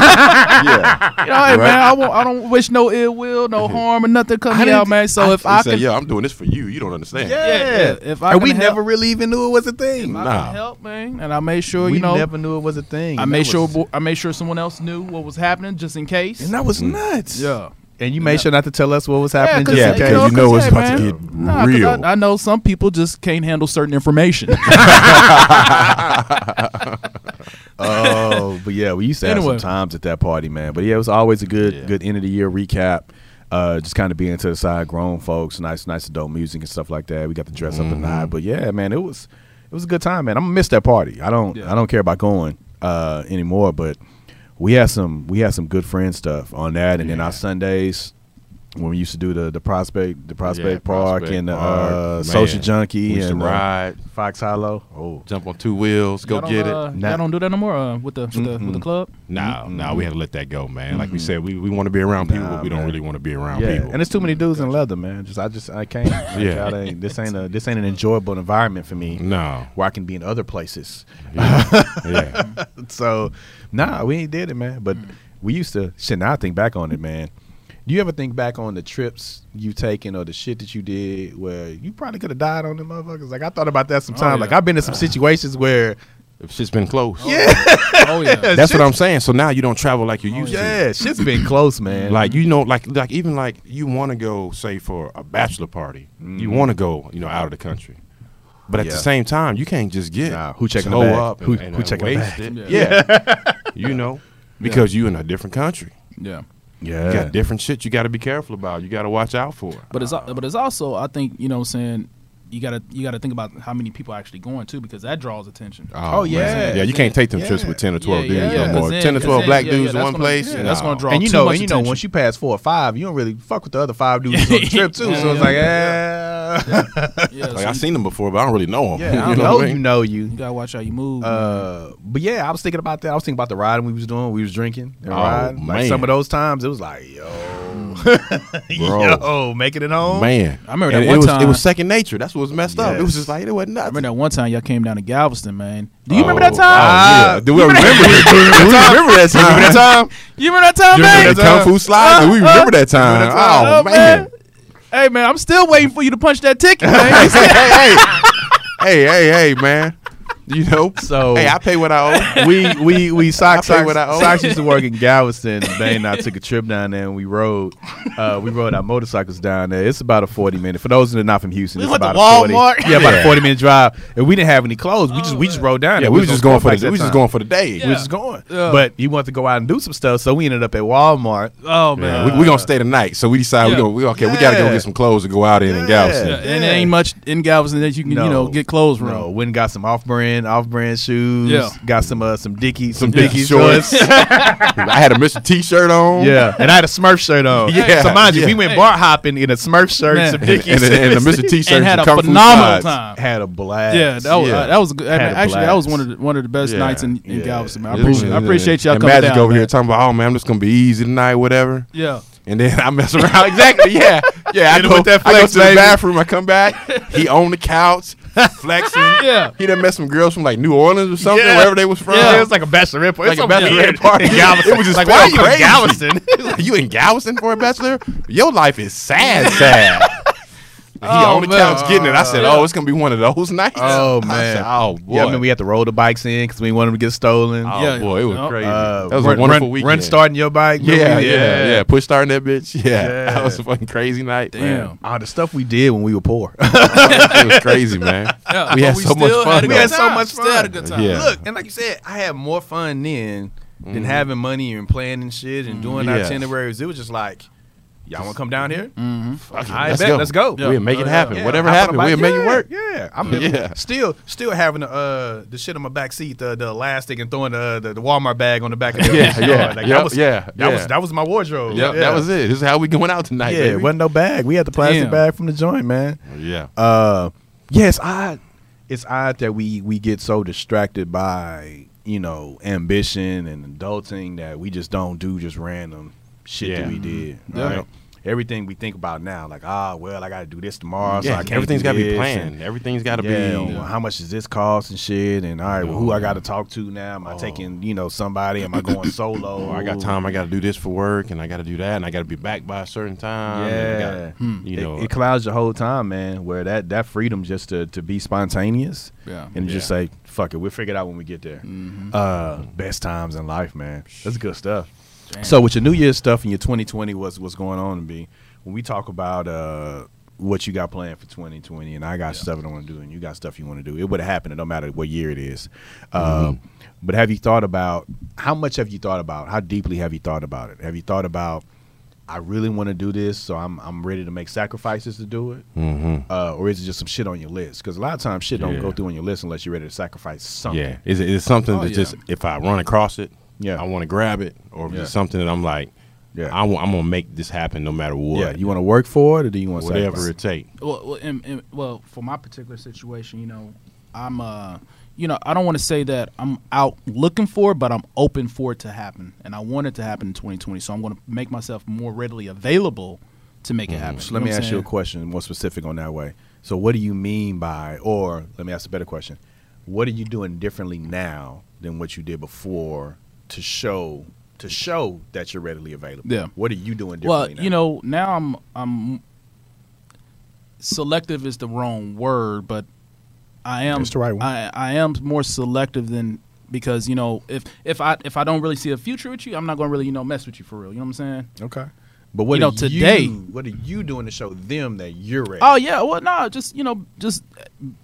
Speaker 3: Yeah.
Speaker 1: You know, hey,
Speaker 3: Right.
Speaker 1: man, I, won't, I don't wish no ill will, no harm, or nothing coming out, man. So if I
Speaker 3: You say,
Speaker 1: can,
Speaker 3: yo, I'm doing this for you. You don't understand.
Speaker 2: Yeah.
Speaker 1: yeah, if I
Speaker 2: and we
Speaker 1: can
Speaker 2: never
Speaker 1: help-
Speaker 2: really even knew it was a thing.
Speaker 1: if I
Speaker 3: Nah.
Speaker 1: can help, man, and I made sure
Speaker 2: we
Speaker 1: you know,
Speaker 2: never knew it was a thing.
Speaker 1: I
Speaker 2: And that
Speaker 1: made sure
Speaker 2: was-
Speaker 1: bo- I made sure someone else knew what was happening just in case.
Speaker 2: and that was nuts.
Speaker 1: yeah,
Speaker 2: and you made sure not to tell us what was happening.
Speaker 1: 'cause,
Speaker 2: just
Speaker 3: Yeah,
Speaker 2: in
Speaker 1: you
Speaker 2: case.
Speaker 3: because you know
Speaker 1: cause,
Speaker 3: it's
Speaker 1: hey,
Speaker 3: about to
Speaker 1: man,
Speaker 3: get
Speaker 1: nah, 'cause
Speaker 3: real.
Speaker 1: I, I know some people just can't handle certain information.
Speaker 2: oh, but yeah, we used to have
Speaker 1: Anyway.
Speaker 2: some times at that party, man. But yeah, it was always a good,
Speaker 3: Yeah.
Speaker 2: good end of the year recap. Uh, just kind of being to the side, grown folks, nice, nice adult music and stuff like that. We got to dress up and
Speaker 3: Mm-hmm.
Speaker 2: nod, but yeah, man, it was, it was a good time, man. I'm gonna miss that party. I don't,
Speaker 1: Yeah.
Speaker 2: I don't care about going uh, anymore, but we had some, we had some good friend stuff on that, and then
Speaker 3: Yeah.
Speaker 2: our Sundays. When we used to do the, the prospect the prospect park
Speaker 3: Prospect
Speaker 2: and the
Speaker 3: Park,
Speaker 2: uh,
Speaker 3: man.
Speaker 2: social junkie
Speaker 3: We used to
Speaker 2: and uh,
Speaker 3: ride,
Speaker 2: Fox Hollow, oh
Speaker 3: jump on two wheels, go
Speaker 1: Y'all don't,
Speaker 3: get it.
Speaker 1: uh,
Speaker 2: Nah.
Speaker 1: Y'all don't do that no more uh, with the with the, with the club.
Speaker 3: Nah, nah, we had to let that go, man. Like we said, we, we want to be around people,
Speaker 2: Nah,
Speaker 3: but we
Speaker 2: man.
Speaker 3: don't really want to be around
Speaker 2: yeah.
Speaker 3: people.
Speaker 2: And it's too many dudes in leather, man. Just I just I can't.
Speaker 3: Yeah.
Speaker 2: yeah, ain't, this ain't a this ain't an enjoyable environment for me
Speaker 3: no,
Speaker 2: where I can be in other places.
Speaker 3: yeah,
Speaker 2: So nah, we ain't did it, man. But we used to shit. Now I think back on it, man. Do you ever think back on the trips you taken or the shit that you did where you probably could have died on them motherfuckers? Like I thought about that sometime.
Speaker 1: yeah.
Speaker 2: Like I've been in some situations where
Speaker 3: if shit's been close.
Speaker 1: Oh yeah,
Speaker 3: that's what I'm saying. So now you don't travel like you
Speaker 1: Oh,
Speaker 3: used to.
Speaker 2: yeah, shit's been close, man.
Speaker 3: Like you know, like like even like you want to go, say for a bachelor party,
Speaker 1: Mm-hmm.
Speaker 3: you want to go, you know, out of the country. But at
Speaker 2: Yeah.
Speaker 3: the same time, you can't just get
Speaker 2: Nah, who checking the
Speaker 3: slow
Speaker 2: bag?
Speaker 3: up and,
Speaker 2: Who-
Speaker 3: and,
Speaker 2: who
Speaker 3: uh,
Speaker 2: checking the
Speaker 3: waste
Speaker 2: bag?
Speaker 3: it. Yeah, you know, because you in a different country.
Speaker 1: yeah.
Speaker 2: yeah,
Speaker 3: You got different shit you got to be careful about. You got to watch out for.
Speaker 1: But it's al- but it's also I think you know what I'm saying you gotta you gotta think about how many people are actually going to because that draws attention.
Speaker 2: Oh, yeah.
Speaker 3: man. yeah. You can't take them trips with ten or twelve
Speaker 1: Yeah, yeah,
Speaker 3: dudes
Speaker 1: yeah,
Speaker 3: no
Speaker 1: 'cause
Speaker 3: more.
Speaker 1: then-
Speaker 3: ten to
Speaker 1: 'cause
Speaker 3: twelve
Speaker 1: then-
Speaker 3: black
Speaker 1: yeah,
Speaker 3: dudes
Speaker 1: yeah,
Speaker 3: in
Speaker 1: that's
Speaker 3: one
Speaker 1: gonna-
Speaker 3: place.
Speaker 1: yeah, that's gonna
Speaker 3: no.
Speaker 1: draw
Speaker 2: and you
Speaker 1: too
Speaker 2: know,
Speaker 1: much
Speaker 2: and you know,
Speaker 1: attention.
Speaker 2: once you pass four or five, you don't really fuck with the other five dudes on the trip too. so it's like, yeah,
Speaker 1: yeah, so
Speaker 3: Like
Speaker 1: you,
Speaker 3: I seen them before, but I don't really know them.
Speaker 2: yeah, I
Speaker 3: you know,
Speaker 2: know
Speaker 3: what I
Speaker 2: you
Speaker 3: mean?
Speaker 2: know you.
Speaker 1: you gotta watch how you move.
Speaker 2: Uh, but yeah, I was thinking about that. I was thinking about the riding we was doing. We was drinking and
Speaker 3: Oh,
Speaker 2: riding. Like
Speaker 3: man.
Speaker 2: some of those times, it was like, yo,
Speaker 3: Bro.
Speaker 2: yo, making it home.
Speaker 3: man.
Speaker 1: I remember that
Speaker 3: And
Speaker 1: one
Speaker 3: it was, It
Speaker 1: time-
Speaker 3: was second nature. That's what was messed up. It was
Speaker 2: Yes.
Speaker 3: just like it wasn't
Speaker 1: I
Speaker 3: nothing.
Speaker 1: remember that one time y'all came down to Galveston, man. Do you remember
Speaker 3: Oh,
Speaker 1: that
Speaker 2: Ah,
Speaker 1: time?
Speaker 3: wow, yeah. Do we remember that time? We remember that time.
Speaker 2: Remember that time?
Speaker 1: You remember that time,
Speaker 2: You remember
Speaker 1: man?
Speaker 2: that time?
Speaker 3: Kung Fu Slider. We remember that time. Oh, man.
Speaker 1: Hey man, I'm still waiting for you to punch that ticket, man.
Speaker 3: Hey, hey, hey, hey, hey, hey, man. You know,
Speaker 2: So-
Speaker 3: hey, I pay what I owe.
Speaker 2: we we we socks
Speaker 3: I pay
Speaker 2: socks,
Speaker 3: what I owe.
Speaker 2: socks used to work in Galveston. Bane and I took a trip down there and we rode. Uh, we rode our motorcycles down there. It's about a forty minute. For those that are not from Houston,
Speaker 1: We
Speaker 2: it's
Speaker 1: went to
Speaker 2: about a
Speaker 1: Walmart. Oh,
Speaker 2: forty. Yeah, about a forty minute drive. And we didn't have any clothes. We just we just rode down
Speaker 3: Yeah,
Speaker 2: there.
Speaker 3: we was just going for
Speaker 2: the
Speaker 3: the, we was just going for the day.
Speaker 2: we
Speaker 1: Yeah.
Speaker 2: was just going.
Speaker 1: Yeah.
Speaker 2: But he wanted to go out and do some stuff, so we ended up at Walmart.
Speaker 1: oh
Speaker 3: Yeah,
Speaker 1: man,
Speaker 3: we, we gonna stay tonight, so we decide
Speaker 1: Yeah.
Speaker 3: we gonna we okay. We gotta go
Speaker 2: Yeah.
Speaker 3: get some clothes and go out in
Speaker 2: Yeah.
Speaker 3: and Galveston.
Speaker 1: Yeah, and there ain't much in Galveston that you can you know get clothes from.
Speaker 2: No, went and got some off-brand, off-brand shoes.
Speaker 1: Yeah.
Speaker 2: got some uh, some Dickies, some,
Speaker 3: Dickie shorts. I had a Mr. T shirt on.
Speaker 2: yeah, and I had a Smurf shirt on.
Speaker 3: Yeah.
Speaker 2: so mind you,
Speaker 3: Yeah.
Speaker 2: we went bar hopping in a Smurf shirt,
Speaker 1: Man.
Speaker 2: some
Speaker 3: and,
Speaker 2: Dickies,
Speaker 3: and, and the Mr. T shirt
Speaker 1: and had a
Speaker 3: Kung Fu
Speaker 1: phenomenal
Speaker 3: slides.
Speaker 1: time.
Speaker 2: Had a blast.
Speaker 1: Yeah, that was
Speaker 3: Yeah.
Speaker 1: uh, that was good. I mean,
Speaker 2: Had a
Speaker 1: actually that was
Speaker 2: blast.
Speaker 1: one of the, one of the best
Speaker 3: Yeah,
Speaker 1: nights in, in
Speaker 2: yeah.
Speaker 1: Galveston. Man. I
Speaker 3: It was-
Speaker 1: appreciate I appreciate y'all
Speaker 3: and
Speaker 1: coming
Speaker 3: Magic
Speaker 1: down.
Speaker 3: over
Speaker 1: man.
Speaker 3: here talking about, oh man, I'm just gonna be easy tonight, whatever.
Speaker 1: Yeah,
Speaker 3: And then I mess around. exactly. Yeah. Yeah. I
Speaker 2: Hit him
Speaker 3: go,
Speaker 2: with that
Speaker 3: I go
Speaker 2: flex,
Speaker 3: to the
Speaker 2: baby.
Speaker 3: bathroom. I come back. He on the couch flexing.
Speaker 1: Yeah.
Speaker 3: He done met some girls from like New Orleans or something,
Speaker 2: Yeah.
Speaker 3: wherever they was from.
Speaker 2: Yeah, it was like a bachelorette party.
Speaker 3: Like
Speaker 2: It's
Speaker 3: a
Speaker 2: so
Speaker 3: bachelorette
Speaker 2: weird.
Speaker 3: party.
Speaker 2: In Galveston.
Speaker 3: It was just
Speaker 2: like, why are you in
Speaker 3: crazy.
Speaker 2: Galveston?
Speaker 3: you in Galveston for a bachelor? Your life is sad, sad. he
Speaker 1: Oh,
Speaker 3: on the
Speaker 1: man.
Speaker 3: couch getting it. I said, oh, it's gonna be one of those nights.
Speaker 2: Oh,
Speaker 3: I said,
Speaker 2: man.
Speaker 3: oh boy.
Speaker 2: yeah, I mean, we had to roll the bikes in because we didn't want them to get stolen.
Speaker 3: oh
Speaker 1: Yeah.
Speaker 3: boy, it was
Speaker 1: Nope.
Speaker 3: crazy.
Speaker 2: Uh,
Speaker 3: that was
Speaker 2: run,
Speaker 3: a wonderful
Speaker 2: run,
Speaker 3: weekend.
Speaker 2: Run starting your bike.
Speaker 3: Yeah, yeah,
Speaker 2: Remember we-
Speaker 3: yeah, Push starting that bitch. Yeah.
Speaker 2: Yeah.
Speaker 3: That was a fucking crazy night.
Speaker 1: damn.
Speaker 3: Man.
Speaker 2: Ah, the stuff we did when we were poor.
Speaker 3: it was crazy, man.
Speaker 1: Yeah,
Speaker 3: we
Speaker 1: but
Speaker 3: had so much
Speaker 1: still
Speaker 3: fun.
Speaker 1: a
Speaker 2: We
Speaker 3: though.
Speaker 1: good
Speaker 2: had so
Speaker 1: time.
Speaker 2: much
Speaker 1: Still
Speaker 2: fun.
Speaker 1: had a good time.
Speaker 3: Yeah. Mm-hmm.
Speaker 2: Look, and like you said, I had more fun then than having money and playing and shit and doing
Speaker 3: Yeah.
Speaker 2: itineraries. It was just like, y'all want to come down here?
Speaker 3: Fuck it,
Speaker 2: I bet. Let's go.
Speaker 1: Yeah.
Speaker 3: We'll make it
Speaker 1: Yeah.
Speaker 3: happen.
Speaker 2: Yeah,
Speaker 3: Whatever
Speaker 2: hop on a
Speaker 3: happened,
Speaker 2: bike.
Speaker 3: we'll make
Speaker 2: Yeah,
Speaker 3: it work.
Speaker 2: Yeah, I'm
Speaker 3: Yeah.
Speaker 2: still still having the uh, the shit on my back seat, the, the elastic, and throwing the, the the Walmart bag on the back of the
Speaker 3: Yeah,
Speaker 2: car.
Speaker 3: yeah,
Speaker 2: like,
Speaker 3: yep,
Speaker 2: that was,
Speaker 3: yeah,
Speaker 2: that
Speaker 3: yeah.
Speaker 2: was that was my wardrobe.
Speaker 3: Yep,
Speaker 2: yeah,
Speaker 3: that was it. This is how we going out tonight.
Speaker 2: Yeah,
Speaker 3: baby.
Speaker 2: it wasn't no bag. We had the plastic
Speaker 1: Damn.
Speaker 2: bag from the joint, man.
Speaker 3: yeah.
Speaker 2: Uh, yeah, it's odd. It's odd that we we get so distracted by you know ambition and adulting that we just don't do just random shit
Speaker 3: Yeah.
Speaker 2: that we did.
Speaker 1: Yeah.
Speaker 2: Right? Everything we think about now, like ah, well, I got to do this tomorrow, so I
Speaker 3: yeah,
Speaker 2: can't.
Speaker 3: everything's
Speaker 2: got
Speaker 3: got
Speaker 2: to
Speaker 3: to be planned. Everything's got to
Speaker 2: yeah,
Speaker 3: be.
Speaker 2: well, how much does this cost and shit? And all right, well, who I got to talk to now? Am I
Speaker 3: Oh.
Speaker 2: taking you know somebody? Am I going solo?
Speaker 3: oh, I got time. I got to do this for work, and I got to do that, and I got to be back by a certain time. and I
Speaker 2: Yeah,
Speaker 3: gotta- you
Speaker 1: Hmm.
Speaker 2: It-
Speaker 3: know, uh,
Speaker 2: it, clouds your whole time, man. Where that that freedom just to to be spontaneous,
Speaker 1: Yeah. Mm-hmm.
Speaker 2: and just
Speaker 3: Yeah.
Speaker 2: say fuck it, we'll figure it out when we get there. Uh, best times in life, man. That's good stuff.
Speaker 1: Damn.
Speaker 2: So with your New Year's stuff and your 2020, what's what's going on to be when we talk about uh what you got planned for 2020, and I got stuff I want to do, and you got stuff you want to do. It would have happened. It don't matter what year it is. Uh,
Speaker 3: Mm-hmm.
Speaker 2: But have you thought about how much have you thought about how deeply have you thought about it? Have you thought about I really want to do this, so I'm I'm ready to make sacrifices to do it,
Speaker 3: hmm
Speaker 2: uh, or is it just some shit on your list? Because a lot of times shit don't
Speaker 3: Yeah.
Speaker 2: go through on your list unless you're ready to sacrifice something.
Speaker 3: Yeah, is it is it something
Speaker 1: Oh,
Speaker 3: that
Speaker 1: yeah.
Speaker 3: just if I run across it,
Speaker 2: Yeah.
Speaker 3: I want to grab it, or if
Speaker 2: Yeah.
Speaker 3: it's something that I'm like,
Speaker 2: Yeah.
Speaker 3: I wa- I'm gonna make this happen no matter what.
Speaker 2: yeah. You want to work for it, or do you want
Speaker 3: whatever it take.
Speaker 1: Well, well, in, in, well, for my particular situation, you know, I'm uh, you know, I don't want to say that I'm out looking for it, but I'm open for it to happen, and I want it to happen in 2020. So I'm going to make myself more readily available to make it happen.
Speaker 2: So Mm-hmm. let
Speaker 1: know
Speaker 2: me
Speaker 1: what I'm
Speaker 2: ask you a
Speaker 1: saying?
Speaker 2: question more specific on that way. So what do you mean by, or let me ask a better question: What are you doing differently now than what you did before to show to show that you're readily available?
Speaker 1: Yeah.
Speaker 2: What are you doing differently?
Speaker 1: Well,
Speaker 2: now?
Speaker 1: you know, now I'm I'm selective is the wrong word, but I am
Speaker 2: It's the right one.
Speaker 1: I, I am more selective than because, you know, if if I if I don't really see a future with you, I'm not going to really, you know, mess with you for real, you know what I'm saying?
Speaker 2: Okay. But what
Speaker 1: You know,
Speaker 2: are
Speaker 1: today-
Speaker 2: you, what are you doing to show them that you're ready?
Speaker 1: Oh yeah, well no, just you know, just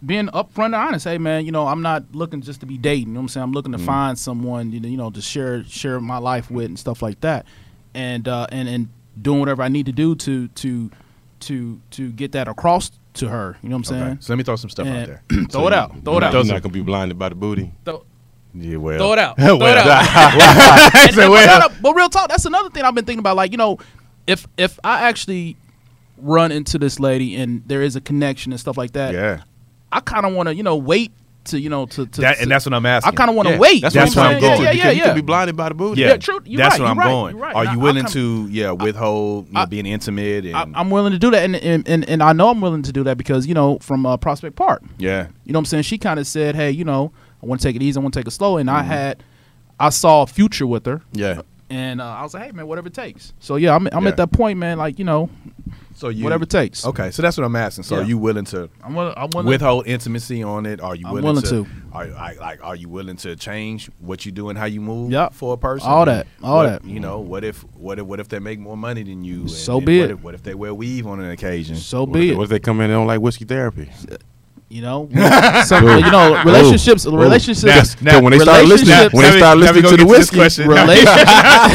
Speaker 1: being upfront and honest. Hey man, you know, I'm not looking just to be dating. You know what I'm saying? I'm
Speaker 2: Mm.
Speaker 1: looking to find someone you know, you know, to share share my life with and stuff like that, and uh, and and doing whatever I need to do to to to to get that across to her. You know what I'm saying?
Speaker 2: Okay. So let me throw some stuff out
Speaker 1: And
Speaker 2: there.
Speaker 1: throw it out. Throw it out.
Speaker 3: You're not gonna be blinded by the booty.
Speaker 1: Throw-
Speaker 2: Yeah, well.
Speaker 1: Throw it out.
Speaker 2: well,
Speaker 1: Throw it out.
Speaker 2: I
Speaker 1: And-
Speaker 2: said,
Speaker 1: and-
Speaker 2: well.
Speaker 1: but, no, no, but real talk, that's another thing I've been thinking about. Like, you know, if if I actually run into this lady and there is a connection and stuff like that,
Speaker 2: Yeah.
Speaker 1: I kind of want to, you know, wait to, you know, to, to
Speaker 2: That, and that's what I'm asking.
Speaker 1: I kind of want to
Speaker 3: Yeah,
Speaker 1: wait.
Speaker 2: that's
Speaker 1: you know
Speaker 2: where I'm
Speaker 1: saying?
Speaker 2: going.
Speaker 1: Yeah,
Speaker 3: because
Speaker 1: yeah, yeah.
Speaker 3: You
Speaker 1: yeah.
Speaker 3: could be blinded by the booty.
Speaker 1: Yeah. true. You're
Speaker 2: that's
Speaker 1: right,
Speaker 2: what
Speaker 1: you're
Speaker 2: I'm
Speaker 1: right,
Speaker 2: going.
Speaker 1: you're right.
Speaker 2: Are
Speaker 1: And
Speaker 2: you
Speaker 1: I- I
Speaker 2: willing
Speaker 1: kinda-
Speaker 2: to, yeah, withhold, you know,
Speaker 1: I-
Speaker 2: being intimate and
Speaker 1: I, I'm willing to do that, and, and and and I know I'm willing to do that because you know from uh, Prospect Park,
Speaker 2: yeah,
Speaker 1: you know what I'm saying. She kind of said, "Hey, you know, I want to take it easy. I want to take it slow." And
Speaker 2: Mm-hmm.
Speaker 1: I had, I saw a future with her,
Speaker 2: yeah.
Speaker 1: and uh, I was like, "Hey, man, whatever it takes." So yeah, I'm I'm
Speaker 2: Yeah.
Speaker 1: at that point, man. Like you know,
Speaker 2: So you
Speaker 1: whatever it takes.
Speaker 2: Okay, so that's what I'm asking. So
Speaker 1: Yeah.
Speaker 2: are you willing to
Speaker 1: I'm willing. I'm willing.
Speaker 2: withhold intimacy on it? Are you
Speaker 1: I'm
Speaker 2: willing,
Speaker 1: willing
Speaker 2: to?
Speaker 1: to.
Speaker 2: Are I, like are you willing to change what you do and how you move?
Speaker 1: Yep.
Speaker 2: for a person,
Speaker 1: All that. All
Speaker 2: What-
Speaker 1: that.
Speaker 2: You know, what if what if what if they make more money than you? And,
Speaker 1: So
Speaker 2: and
Speaker 1: be
Speaker 2: what
Speaker 1: it.
Speaker 2: If, what if they wear weave on an occasion?
Speaker 1: so
Speaker 3: What if,
Speaker 1: be
Speaker 3: they-
Speaker 1: it.
Speaker 3: what if they come in and don't like whiskey therapy?
Speaker 1: You know, some, you know, relationships, relationships,
Speaker 3: Now- now when they start listening-
Speaker 1: relationships-
Speaker 3: when they start listening to the whiskey,
Speaker 1: Relationships,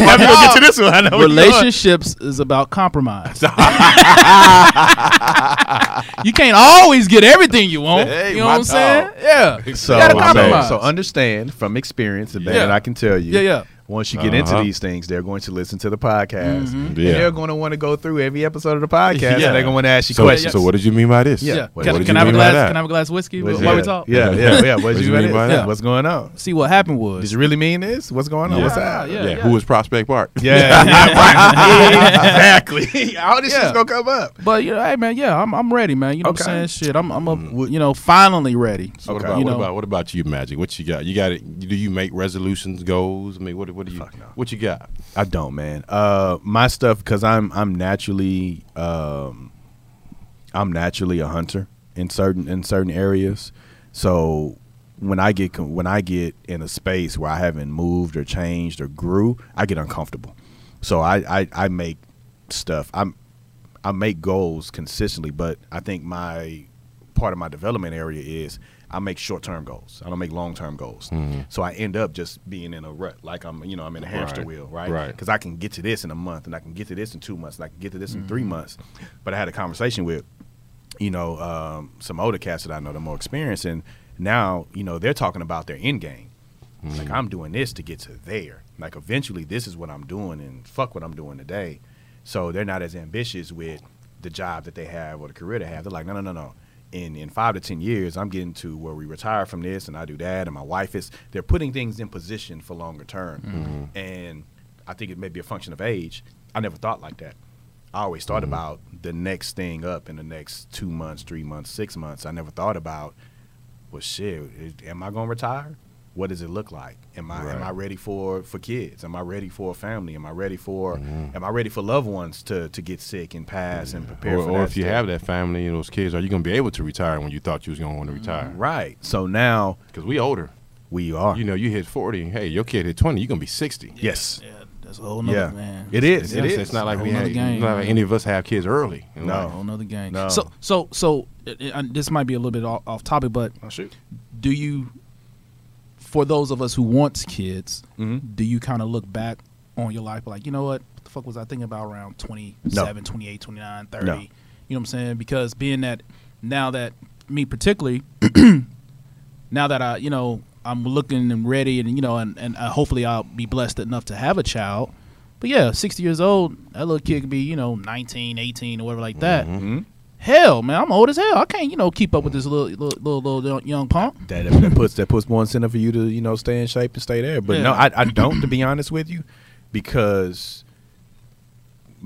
Speaker 2: I'm gonna get to this one. I know where you're going.
Speaker 1: relationships is about compromise. you can't always get everything you want.
Speaker 2: Hey,
Speaker 1: you know
Speaker 2: my
Speaker 1: what I'm saying?
Speaker 2: dog.
Speaker 1: Yeah.
Speaker 2: So,
Speaker 1: you gotta
Speaker 2: so-
Speaker 1: compromise.
Speaker 2: so understand from experience, and
Speaker 1: Yeah.
Speaker 2: that I can tell you.
Speaker 1: Yeah, yeah.
Speaker 2: Once you get into
Speaker 3: Uh-huh.
Speaker 2: these things, they're going to listen to the podcast. And
Speaker 3: Yeah.
Speaker 2: they're going to want to go through every episode of the podcast. And
Speaker 3: Yeah.
Speaker 2: they're going to want to ask you
Speaker 3: So,
Speaker 2: questions.
Speaker 3: so what did you mean by this?
Speaker 1: yeah.
Speaker 2: What-
Speaker 1: Can, can
Speaker 2: what
Speaker 3: did
Speaker 1: I have a
Speaker 3: you mean by
Speaker 1: glass?
Speaker 3: that?
Speaker 1: Can I have a glass of whiskey
Speaker 2: What's-
Speaker 1: while we
Speaker 2: yeah.
Speaker 1: talk?
Speaker 2: Yeah, yeah, yeah. What
Speaker 3: What
Speaker 2: you
Speaker 3: you
Speaker 2: mean
Speaker 3: mean by
Speaker 2: by that?
Speaker 1: that?
Speaker 2: What's going on?
Speaker 1: See what happened was.
Speaker 2: Did you really mean this? What's going on?
Speaker 3: Yeah.
Speaker 2: What's up?
Speaker 1: Yeah,
Speaker 3: Yeah,
Speaker 1: yeah.
Speaker 3: who was Prospect Park?
Speaker 2: Yeah, yeah, right. exactly. All this
Speaker 1: Yeah.
Speaker 2: shit's gonna come up.
Speaker 1: But you know, hey man, yeah, I'm I'm ready, man. You know what
Speaker 2: Okay.
Speaker 1: I'm saying? Shit, I'm I'm a, you know finally ready.
Speaker 3: Mm. So
Speaker 2: Okay.
Speaker 3: what about
Speaker 1: You
Speaker 3: what
Speaker 1: know.
Speaker 3: about what about you, Magic? What you got? You got it? Do you make resolutions, goals? I mean, what what do you
Speaker 2: Fuck no.
Speaker 3: what you got?
Speaker 2: I don't, man. Uh, my stuff because I'm I'm naturally um, I'm naturally a hunter in certain in certain areas. So when I get con- when I get in a space where I haven't moved or changed or grew, I get uncomfortable. So I I, I make stuff. I'm I make goals consistently, but I think my part of my development area is I make short term goals. I don't make long term goals.
Speaker 3: Mm-hmm.
Speaker 2: So I end up just being in a rut, like I'm you know I'm in a hamster
Speaker 3: Right.
Speaker 2: wheel, right?
Speaker 3: Right.
Speaker 2: Because I can get to this in a month, and I can get to this in two months, and I can get to this in
Speaker 3: Mm-hmm.
Speaker 2: three months. But I had a conversation with you know um, some older cats that I know, the more experienced, and now you know they're talking about their end game. Like I'm doing this to get to there. Like eventually, this is what I'm doing, and fuck what I'm doing today. So they're not as ambitious with the job that they have or the career they have. They're like, no, no, no, no. In in five to ten years, I'm getting to where we retire from this, and I do that, and my wife is. They're putting things in position for longer term, and I think it may be a function of age. I never thought like that. I always thought
Speaker 3: Mm-hmm.
Speaker 2: about the next thing up in the next two months, three months, six months. I never thought about well shit is- am i going to retire what does it look like am i am
Speaker 3: Right.
Speaker 2: i ready for for kids am i ready for a family am i ready for
Speaker 3: Mm-hmm.
Speaker 2: am i ready for loved ones to to get sick and pass and prepare
Speaker 3: Or,
Speaker 2: for
Speaker 3: or
Speaker 2: that
Speaker 3: if you
Speaker 2: stuff?
Speaker 3: have that family and those kids, are you going to be able to retire when you thought you was going to want to retire?
Speaker 2: right so now
Speaker 3: Because we older.
Speaker 2: we are
Speaker 3: You know, you hit forty. Hey, your kid hit twenty. You gonna be sixty.
Speaker 2: yes
Speaker 1: Yeah, that's a whole nother
Speaker 2: yeah
Speaker 1: man.
Speaker 2: it is it
Speaker 3: it's,
Speaker 2: is
Speaker 3: it's not like we
Speaker 1: Whole nother
Speaker 3: had,
Speaker 1: game,
Speaker 3: not like
Speaker 1: man.
Speaker 3: any of us have kids early. in
Speaker 2: No.
Speaker 1: A
Speaker 3: life.
Speaker 1: whole nother game.
Speaker 2: No.
Speaker 1: So so so uh, uh, this might be a little bit off, off topic, but
Speaker 2: oh shoot
Speaker 1: do you for those of us who wants kids
Speaker 2: Mhm.
Speaker 1: do you kind of look back on your life like you know what, what the fuck was i thinking about around 27 28 29 30
Speaker 2: No.
Speaker 1: you know what i'm saying because being that now that me particularly now that i you know i'm looking and ready and you know and, and uh, hopefully i'll be blessed enough to have a child but yeah 60 years old that little kid could be you know 19 18 or whatever like that
Speaker 3: Mm-hmm.
Speaker 2: Mhm.
Speaker 1: hell man i'm old as hell i can't you know keep up with this little little little, little young punk
Speaker 2: that, that puts that puts more incentive for you to you know stay in shape and stay there. But no,
Speaker 1: Yeah.
Speaker 2: I, I don't to be honest with you, because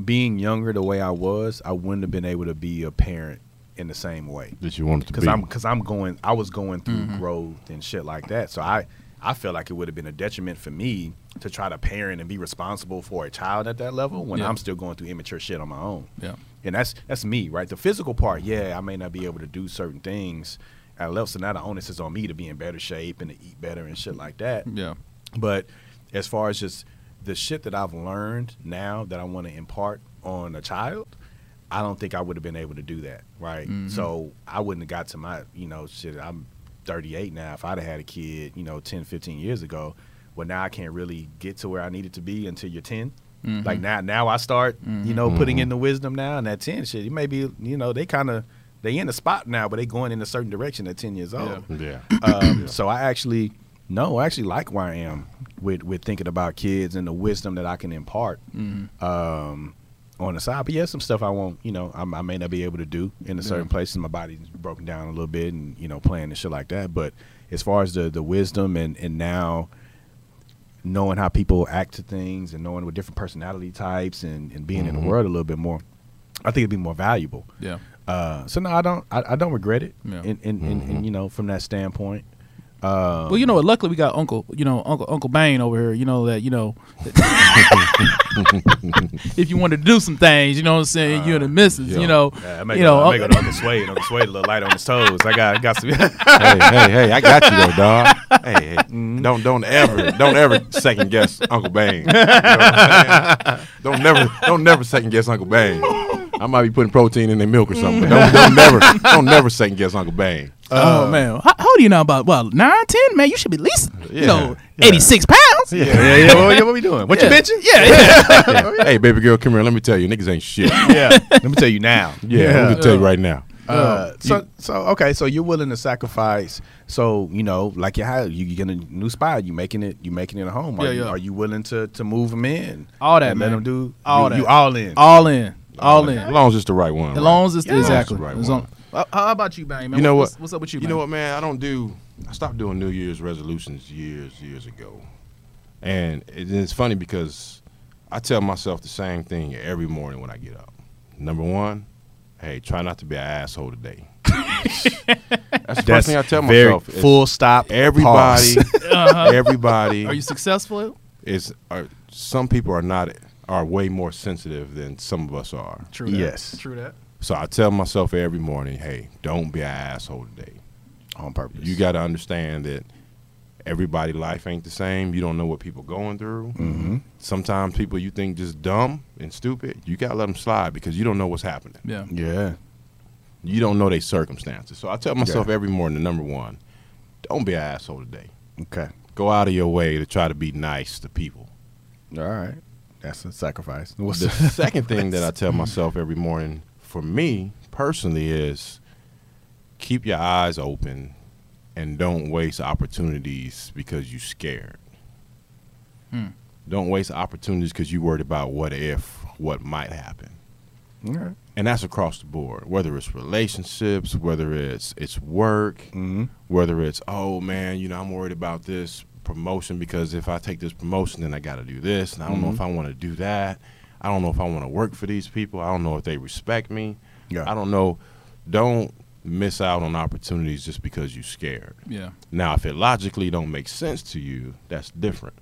Speaker 2: being younger the way I was, I wouldn't have been able to be a parent in the same way
Speaker 3: That you wanted to
Speaker 2: because
Speaker 3: be.
Speaker 2: I'm because I'm going I was going through
Speaker 1: Mm-hmm.
Speaker 2: growth and shit like that. So I I feel like it would have been a detriment for me to try to parent and be responsible for a child at that level when
Speaker 1: Yeah.
Speaker 2: I'm still going through immature shit on my own.
Speaker 1: Yeah.
Speaker 2: And that's that's me, right? The physical part, yeah, I may not be able to do certain things at a level. So now the onus is on me to be in better shape and to eat better and shit like that.
Speaker 1: yeah
Speaker 2: But as far as just the shit that I've learned now that I want to impart on a child, I don't think I would have been able to do that, right? So I wouldn't have got to my, you know, shit. I'm 38 now. If I'd have had a kid, you know, 10, 15 years ago, well, now I can't really get to where I needed to be until you're 10. Like now, now I start, you know, putting in the wisdom now, and that 10 shit, it may be, you know, they kind of They in the spot now, but they going in a certain direction at ten years old.
Speaker 3: Yeah.
Speaker 2: Um, so I actually, no, I actually like where I am with with thinking about kids and the wisdom that I can impart
Speaker 1: Mm-hmm.
Speaker 2: um, on the side. But yeah, some stuff I won't, you know, I, I may not be able to do in a certain places. My body's broken down a little bit, and you know, playing and shit like that. But as far as the the wisdom and and now knowing how people act to things and knowing with different personality types and, and being in the world a little bit more, I think it'd be more valuable.
Speaker 1: Mm-hmm. Yeah.
Speaker 2: Uh, so no, I don't. I, I don't regret it.
Speaker 1: Yeah. Mm-hmm.
Speaker 2: And, and, and, and you know, from that standpoint,
Speaker 3: Um,
Speaker 1: well, you know what? Luckily, we got Uncle, you know, Uncle Uncle Bane over here. You know that, you know, if you want to do some things, you know what I'm saying. you and the missus,
Speaker 3: Uh, yeah.
Speaker 1: you know,
Speaker 2: Yeah, I make
Speaker 1: you know,
Speaker 2: it, I make
Speaker 1: Uncle-
Speaker 2: it on Uncle Suede. Uncle Suede a little light on his toes. I got got some.
Speaker 3: hey, hey, hey, I got you though, dog. Hey, hey,
Speaker 2: Mm,
Speaker 3: Mm-hmm. don't don't ever don't ever second guess Uncle Bane. You know what I'm saying? don't never don't never second guess Uncle Bane. I might be putting protein in their milk or something, but don't,
Speaker 1: Mm.
Speaker 3: don't never don't never second guess Uncle Bane. Uh,
Speaker 1: oh man, how, how old are you now? About well, nine, ten, man. You should be at least, you
Speaker 3: Yeah,
Speaker 1: know, eighty six pounds.
Speaker 2: yeah, yeah, yeah. What, yeah, what we doing? What
Speaker 1: Yeah.
Speaker 2: you bitching?
Speaker 1: Yeah, Oh, yeah.
Speaker 3: hey, baby girl, come here. Let me tell you, niggas ain't shit. Yeah,
Speaker 2: Yeah. Let me tell you now.
Speaker 3: I'm gonna tell you right now.
Speaker 2: Uh, so so okay. So you're willing to sacrifice. So you know, like you have you you get a new spot. You making it. You making it a home. Are,
Speaker 1: Yeah,
Speaker 2: you,
Speaker 1: yeah.
Speaker 2: are you willing to to move them in?
Speaker 1: All that,
Speaker 2: and Let
Speaker 1: man.
Speaker 2: them do
Speaker 1: All
Speaker 2: you,
Speaker 1: that.
Speaker 2: You all in.
Speaker 1: all in, all in.
Speaker 3: As long as it's the right one.
Speaker 1: As
Speaker 3: right?
Speaker 1: long as it's
Speaker 3: Oh, Yeah.
Speaker 1: exactly.
Speaker 3: That's the right
Speaker 1: As
Speaker 3: one.
Speaker 1: long- Uh, how about you, Bang? Man?
Speaker 3: You know
Speaker 1: What's-
Speaker 3: what?
Speaker 1: What's up with you?
Speaker 3: You
Speaker 1: Bang?
Speaker 3: know what, man? I don't do. I stopped doing New Year's resolutions years, years ago, and it, it's funny because I tell myself the same thing every morning when I get up. Number one, hey, try not to be an asshole today. That's the first thing I tell
Speaker 2: very
Speaker 3: myself. It's
Speaker 2: Full stop.
Speaker 3: everybody,
Speaker 2: pause.
Speaker 3: everybody
Speaker 1: Uh-huh. Are you successful?
Speaker 3: is. Are, some people are not are way more sensitive than some of us are.
Speaker 1: True. That.
Speaker 2: Yes.
Speaker 1: True that.
Speaker 3: So I tell myself every morning, hey, don't be an asshole today.
Speaker 2: on purpose.
Speaker 3: you got to understand that everybody life ain't the same you don't know what people going through sometimes people you think just dumb and stupid you got to let them slide because you don't know what's happening
Speaker 1: Yeah.
Speaker 2: Yeah.
Speaker 3: you don't know their circumstances so i tell myself every morning number one don't be an asshole today
Speaker 2: Okay.
Speaker 3: go out of your way to try to be nice to people
Speaker 2: All right. That's a sacrifice. What's
Speaker 3: the second thing that i tell myself every morning for me personally is keep your eyes open and don't waste opportunities because you're scared Don't waste opportunities because you're worried about what if, what might happen.
Speaker 2: All right.
Speaker 3: And that's across the board, whether it's relationships, whether it's it's work,
Speaker 2: Mhm.
Speaker 3: whether it's oh man, you know I'm worried about this promotion because if I take this promotion, then I got to do this, and I don't know if I want to do that. I don't know if I want to work for these people. I don't know if they respect me.
Speaker 2: Yeah.
Speaker 3: I don't know. Don't miss out on opportunities just because you're scared.
Speaker 1: Yeah.
Speaker 3: Now, if it logically don't make sense to you, that's different.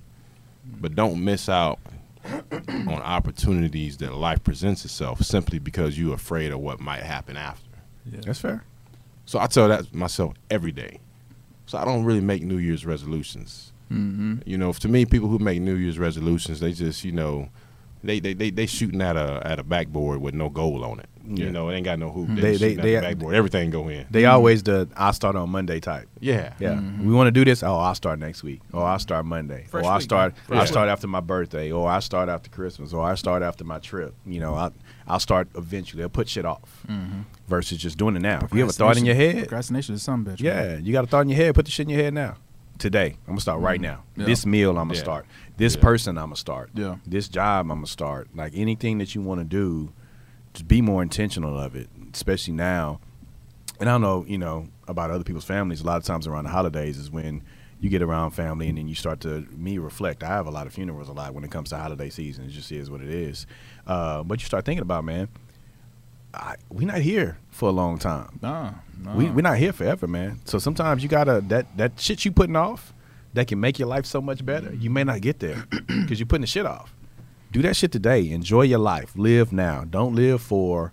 Speaker 3: But don't miss out on opportunities that life presents itself simply because you're afraid of what might happen after.
Speaker 1: Yeah.
Speaker 2: That's fair.
Speaker 3: So I tell that myself every day. So I don't really make New Year's resolutions.
Speaker 1: Mm-hmm.
Speaker 3: You know, to me, people who make New Year's resolutions, they just, you know, they they, they, they shooting at a at a backboard with no goal on it.
Speaker 2: Yeah. Hmm.
Speaker 3: You know, it ain't got no hoop. They,
Speaker 2: They-
Speaker 3: just
Speaker 2: they-
Speaker 3: shooting at
Speaker 2: they-
Speaker 3: the backboard. Everything go in.
Speaker 2: They always the I start on Monday type.
Speaker 3: Yeah.
Speaker 2: Yeah, we want to do this. Oh, I'll start next week. Oh, I'll start Monday.
Speaker 1: Fresh
Speaker 2: oh, I
Speaker 1: week,
Speaker 2: start.
Speaker 1: man.
Speaker 2: I
Speaker 3: Fresh
Speaker 2: start after my birthday. Or I start after Christmas. Or I start after my trip. You know, I I'll start eventually. I'll put shit off versus just doing it now. If you have a thought in your head,
Speaker 1: Procrastination is something, bitch. man.
Speaker 2: yeah, you got a thought in your head. Put the shit in your head now. Today, I'm gonna start right now.
Speaker 1: Mm-hmm. Yeah.
Speaker 2: This meal, I'm gonna
Speaker 3: Yeah.
Speaker 2: start. This
Speaker 3: Yeah.
Speaker 2: person, I'm gonna start.
Speaker 1: Yeah.
Speaker 2: This job, I'm gonna start. Like anything that you want to do, just be more intentional of it, especially now. And I don't know, you know, about other people's families. A lot of times around the holidays is when you get around family and then you start to me reflect. I have a lot of funerals a lot when it comes to holiday season. It just is what it is. Uh, but you start thinking about, man, I, we're not here for a long time
Speaker 1: Nah. nah.
Speaker 2: we, we're not here forever, man. So sometimes you gotta that that shit you putting off that can make your life so much better. You may not get there because you're putting the shit off. Do that shit today. Enjoy your life. Live now. Don't live for,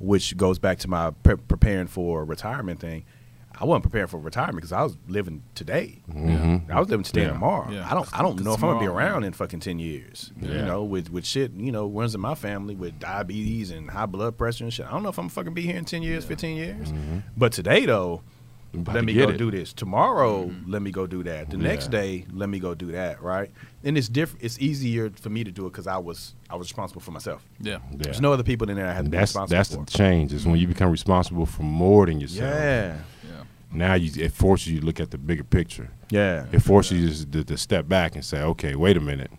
Speaker 2: which goes back to my pre- preparing for retirement thing. I wasn't preparing for retirement because I was living today. I was living today and
Speaker 3: Yeah.
Speaker 2: tomorrow.
Speaker 1: Yeah.
Speaker 2: I don't I don't
Speaker 1: 'Cause
Speaker 2: know if I'm gonna be
Speaker 1: tomorrow-
Speaker 2: around in fucking ten years. You
Speaker 3: Yeah.
Speaker 2: know, with with shit, you know, runs in my family with diabetes and high blood pressure and shit. I don't know if Mm-hmm. I'm gonna fucking be here in ten years, fifteen years. But today though,
Speaker 3: about
Speaker 2: let
Speaker 3: to
Speaker 2: me
Speaker 3: get
Speaker 2: go
Speaker 3: it.
Speaker 2: do this tomorrow. Let me go do that. The next day, let me go do that. Right, and it's different. It's easier for me to do it because I was I was responsible for myself.
Speaker 1: Yeah.
Speaker 3: Yeah.
Speaker 2: There's no other people in there I had to
Speaker 3: And
Speaker 2: be
Speaker 3: that's
Speaker 2: responsible
Speaker 3: that's
Speaker 2: for.
Speaker 3: the change is when you become responsible for more than yourself.
Speaker 2: yeah,
Speaker 1: Yeah.
Speaker 3: Now you it forces you to look at the bigger picture.
Speaker 2: yeah,
Speaker 3: It forces you to, to step back and say, okay, wait a minute.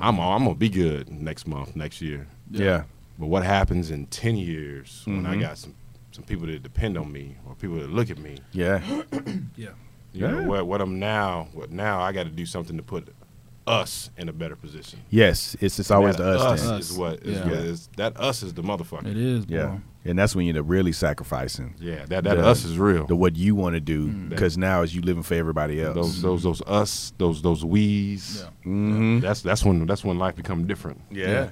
Speaker 3: I'm I'm gonna be good next month, next year.
Speaker 2: yeah.
Speaker 3: But what happens in ten years when I
Speaker 2: Mhm.
Speaker 3: got some some people that depend on me or people that look at me?
Speaker 2: yeah.
Speaker 1: Yeah.
Speaker 3: You know
Speaker 2: Yeah.
Speaker 3: what what I'm now what now I got to do something to put us in a better position.
Speaker 2: Yes, it's it's always
Speaker 3: That
Speaker 2: the us. Uh,
Speaker 3: us,
Speaker 2: thing.
Speaker 1: Us.
Speaker 3: is what is
Speaker 1: Yeah.
Speaker 3: what is that us is the motherfucker.
Speaker 1: It is. Bro.
Speaker 2: Yeah, and that's when you're really sacrificing
Speaker 3: Yeah, that that
Speaker 2: The-
Speaker 3: us is real.
Speaker 2: the what you want to do
Speaker 1: Mm.
Speaker 2: because now is you living for everybody else.
Speaker 3: those those those us those those we's. Mm-hmm.
Speaker 1: Yeah.
Speaker 2: Mhm.
Speaker 3: That's that's when that's when life become different.
Speaker 2: yeah.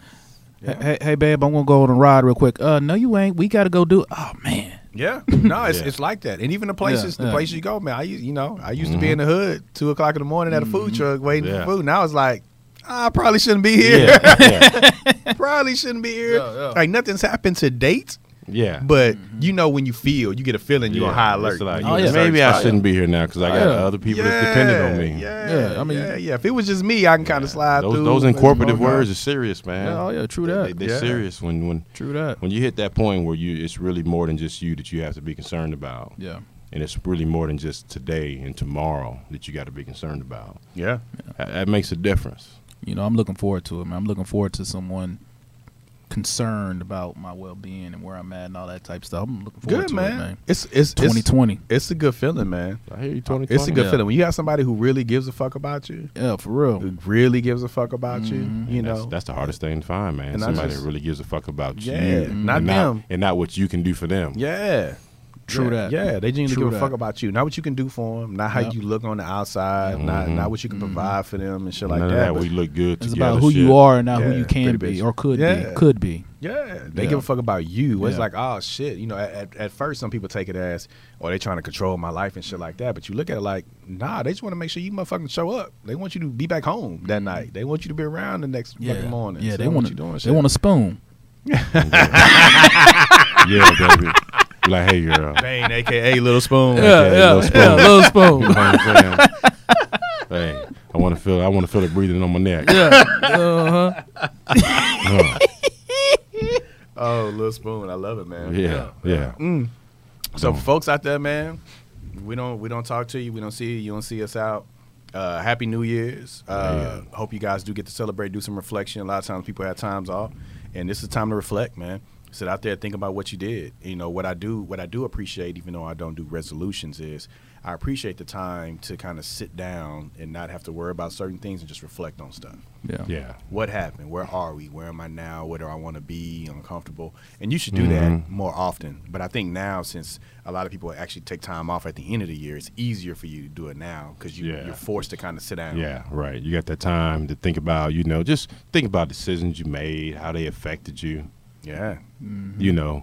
Speaker 1: Hey, hey, hey, babe, I'm gonna go on a ride real quick. Uh, no, you ain't. We gotta go do. Oh man.
Speaker 2: Yeah, no, it's,
Speaker 3: Yeah.
Speaker 2: it's like that, and even the places,
Speaker 1: yeah.
Speaker 2: the places you go, man. I used, you know, I used to be in the hood, two o'clock in the morning at a food truck waiting
Speaker 3: Yeah.
Speaker 2: for food. Now it's like, "Ah, I probably shouldn't be here.
Speaker 3: yeah,
Speaker 2: probably shouldn't be here.
Speaker 1: Yeah, yeah.
Speaker 2: Like nothing's happened to date,
Speaker 3: yeah.
Speaker 2: but you know when you feel, you get a feeling you're on
Speaker 3: Yeah,
Speaker 2: high
Speaker 3: it's
Speaker 2: alert.
Speaker 3: like,
Speaker 2: You in a
Speaker 1: yeah.
Speaker 2: certain
Speaker 3: Maybe I
Speaker 2: spot.
Speaker 3: shouldn't be here now because I got
Speaker 1: Yeah.
Speaker 3: other people that depended on me.
Speaker 2: Yeah,
Speaker 1: Yeah,
Speaker 2: yeah,
Speaker 1: I mean-
Speaker 2: yeah, yeah. If it was just me, I can kind of slide
Speaker 3: Those
Speaker 2: through.
Speaker 3: those
Speaker 2: and-
Speaker 3: incorporative words are serious, man.
Speaker 1: Yeah, oh yeah, true
Speaker 3: They-
Speaker 1: that.
Speaker 3: They, are
Speaker 2: Yeah.
Speaker 3: serious when when
Speaker 1: true that.
Speaker 3: when you hit that point where you it's really more than just you that you have to be concerned about,
Speaker 1: Yeah.
Speaker 3: and it's really more than just today and tomorrow that you got to be concerned about.
Speaker 2: Yeah,
Speaker 3: That, that makes a difference.
Speaker 1: You know, I'm looking forward to it, man. I'm looking forward to someone concerned about my well being and where I'm at and all that type stuff. I'm looking forward
Speaker 2: good
Speaker 1: to
Speaker 2: man.
Speaker 1: it, man.
Speaker 2: It's it's
Speaker 1: Twenty
Speaker 2: it's,
Speaker 1: twenty.
Speaker 2: it's a good feeling, man.
Speaker 3: I hear you, Tony.
Speaker 2: It's a good
Speaker 1: Yeah.
Speaker 2: feeling when you have somebody who really gives a fuck about you.
Speaker 1: Yeah, for real.
Speaker 2: who really gives a fuck about
Speaker 1: Mhm.
Speaker 2: you. You know,
Speaker 3: that's, that's the hardest thing to find, man.
Speaker 2: And I
Speaker 3: Somebody
Speaker 2: just-
Speaker 3: that really gives a fuck about
Speaker 2: yeah,
Speaker 3: you,
Speaker 2: not
Speaker 3: and
Speaker 2: them.
Speaker 3: not and not what you can do for them.
Speaker 2: yeah,
Speaker 1: True
Speaker 2: yeah.
Speaker 1: that.
Speaker 2: Yeah, they genuinely
Speaker 1: True
Speaker 2: give a fuck
Speaker 1: that.
Speaker 2: about you, not what you can do for them, not how
Speaker 1: Yep. Mm-hmm.
Speaker 2: you look on the outside, not
Speaker 3: Mhm.
Speaker 2: not what you can provide for them and shit like
Speaker 3: None of
Speaker 2: that.
Speaker 3: that.
Speaker 2: but-
Speaker 3: We look good
Speaker 1: It's
Speaker 3: together.
Speaker 1: about who
Speaker 3: shit.
Speaker 1: you are and not who
Speaker 2: Yeah,
Speaker 1: you can
Speaker 2: pretty
Speaker 1: be
Speaker 2: bitch.
Speaker 1: or could
Speaker 2: Yeah.
Speaker 1: be. Could be.
Speaker 2: yeah, they
Speaker 1: Yeah.
Speaker 2: give a fuck about you. It's
Speaker 1: Yeah.
Speaker 2: like, oh shit, you know. At, at, at first, some people take it as, oh, they trying to control my life and shit like that. But you look at it like, nah, they just want to make sure you motherfucking show up. They want you to be back home that night. They want you to be around the next
Speaker 1: Mm-hmm. Yeah.
Speaker 2: fucking morning.
Speaker 1: Yeah,
Speaker 2: So
Speaker 1: they
Speaker 2: what
Speaker 1: want
Speaker 2: you doing.
Speaker 1: to. They
Speaker 2: shit.
Speaker 1: want a spoon.
Speaker 3: yeah, baby. Be like, hey, girl.
Speaker 2: Bane, aka Little Spoon.
Speaker 3: Yeah, little spoon.
Speaker 1: yeah, little
Speaker 3: You
Speaker 1: spoon.
Speaker 3: know what I'm saying? hey, I want to feel. I want to feel it breathing on my neck.
Speaker 1: yeah. Uh-huh.
Speaker 3: Uh,
Speaker 2: Oh, Little Spoon, I love it, man.
Speaker 3: yeah, yeah.
Speaker 2: Mm. So for folks out there, man, we don't we don't talk to you. We don't see you. You don't see us out. Uh, Happy New Year's. Uh, Hope you guys do get to celebrate, do some reflection. A lot of times people have times off, and this is time to reflect, man. Sit out there, think about what you did. You know what I do. What I do appreciate, even though I don't do resolutions, is I appreciate the time to kind of sit down and not have to worry about certain things and just reflect on stuff
Speaker 1: Yeah.
Speaker 3: Yeah.
Speaker 2: what happened where are we where am i now where do i want to be i'm comfortable and you should do
Speaker 3: Mhm.
Speaker 2: that more often but i think now since a lot of people actually take time off at the end of the year it's easier for you to do it now because you,
Speaker 3: Yeah.
Speaker 2: you're forced to kind of sit down
Speaker 3: Yeah, right. You got that time to think about, you know, just think about decisions you made, how they affected you.
Speaker 2: yeah
Speaker 3: You know,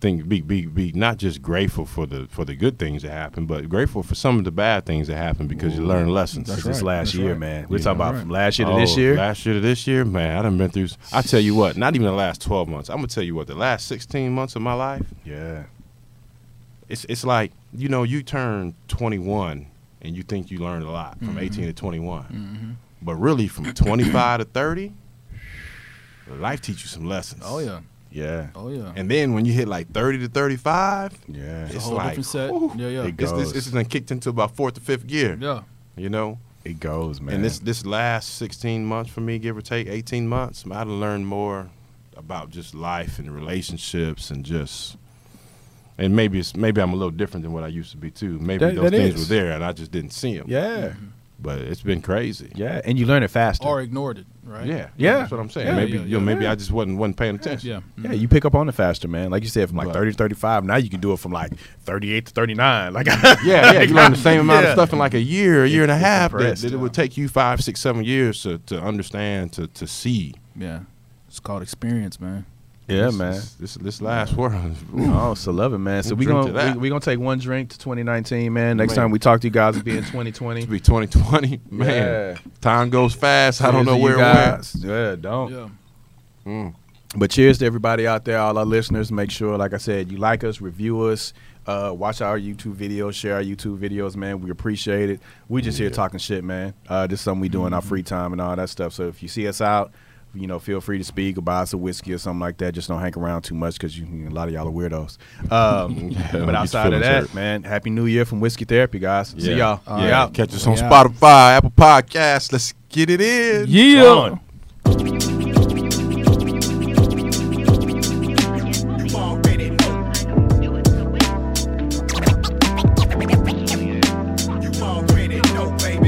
Speaker 3: think be be be not just grateful for the for the good things that happen, but grateful for some of the bad things that happen because you learn lessons.
Speaker 1: That's
Speaker 2: It's this
Speaker 1: right,
Speaker 2: last
Speaker 1: that's
Speaker 2: year
Speaker 1: right.
Speaker 2: man we're
Speaker 3: Yeah.
Speaker 2: talking about
Speaker 1: Right.
Speaker 2: from last year to
Speaker 3: Oh,
Speaker 2: this year
Speaker 3: Last year to this year, man, I done been through. I tell you what, not even the last twelve months. I'm gonna tell you what, the last sixteen months of my life,
Speaker 2: yeah
Speaker 3: it's it's like you know, you turn 21 and you think you learned a lot
Speaker 1: Mm-hmm.
Speaker 3: from 18 to 21, but really from 25 to 30, life teach you some lessons.
Speaker 1: Oh yeah.
Speaker 2: yeah
Speaker 1: Oh yeah.
Speaker 3: And then when you hit like 30 to 35,
Speaker 2: yeah
Speaker 1: it's a
Speaker 3: it's
Speaker 1: whole
Speaker 3: like,
Speaker 1: different set.
Speaker 3: whew,
Speaker 1: yeah, yeah.
Speaker 2: it
Speaker 3: it's,
Speaker 2: goes.
Speaker 3: it's, it's done kicked into about fourth to fifth gear.
Speaker 1: Yeah.
Speaker 3: You know.
Speaker 2: it goes man
Speaker 3: And this this last 16 months for me, give or take 18 months, I done learned more about just life and relationships and just and maybe it's maybe I'm a little different than what I used to be too. Maybe
Speaker 2: That-
Speaker 3: those
Speaker 2: that
Speaker 3: things
Speaker 2: is.
Speaker 3: were there and I just didn't see them.
Speaker 2: yeah
Speaker 3: Mm-hmm. But it's been crazy.
Speaker 2: yeah and you learn it faster
Speaker 1: Or ignored it, right?
Speaker 3: Yeah.
Speaker 2: Yeah.
Speaker 3: That's what I'm saying.
Speaker 1: Yeah,
Speaker 3: maybe
Speaker 1: yeah,
Speaker 3: you know,
Speaker 1: yeah.
Speaker 3: maybe I just wasn't wasn't paying attention.
Speaker 1: Yeah.
Speaker 2: Yeah, you pick up on it faster, man. Like you said, from like
Speaker 3: mm-hmm. Right.
Speaker 2: 30 to 35. Now you can do it from like 38 to 39. Like,
Speaker 3: Mm-hmm. Yeah, yeah, you learn the same amount
Speaker 2: Yeah.
Speaker 3: of stuff in like a year, a year and a
Speaker 2: It's
Speaker 3: half that,
Speaker 2: compressed,
Speaker 3: that it
Speaker 2: yeah.
Speaker 3: would take you five, six, seven years to, to understand, to, to see.
Speaker 1: Yeah. It's called experience, man.
Speaker 2: yeah,
Speaker 3: This-
Speaker 2: man.
Speaker 3: This, this, this last world.
Speaker 2: Oh, so love it, man. So
Speaker 3: We'll
Speaker 2: we
Speaker 3: drink to
Speaker 2: gonna
Speaker 3: that.
Speaker 2: we, we gonna take one drink to 2019, man. Next
Speaker 3: Man.
Speaker 2: time we talk to you guys, it'll be in 2020.
Speaker 3: to be 2020. Man,
Speaker 2: Yeah.
Speaker 3: time goes fast. I don't
Speaker 2: Cheers
Speaker 3: know
Speaker 2: to you
Speaker 3: where it went.
Speaker 2: Oh. guys. Yeah, don't.
Speaker 1: Yeah.
Speaker 3: Mm.
Speaker 2: But cheers to everybody out there, all our listeners. Make sure, like I said, you like us, review us, uh, watch our YouTube videos, share our YouTube videos, man. We appreciate it. We just here talking shit, man. Uh, this is something we do in our
Speaker 3: Mm-hmm.
Speaker 2: free time and all that stuff. So if you see us out, you know, feel free to speak or buy us a whiskey or something like that. Just don't hang around too much because you, a lot of y'all are weirdos. Um, but
Speaker 3: get
Speaker 2: outside of
Speaker 3: feelings
Speaker 2: that,
Speaker 3: hurt.
Speaker 2: man, happy New Year from Whiskey Therapy, guys. See y'all.
Speaker 3: Yeah.
Speaker 2: We out.
Speaker 3: Catch us on
Speaker 1: We out.
Speaker 3: Spotify, Apple Podcasts. Let's get it in.
Speaker 1: Yeah.
Speaker 2: Gone.
Speaker 4: You already know, baby.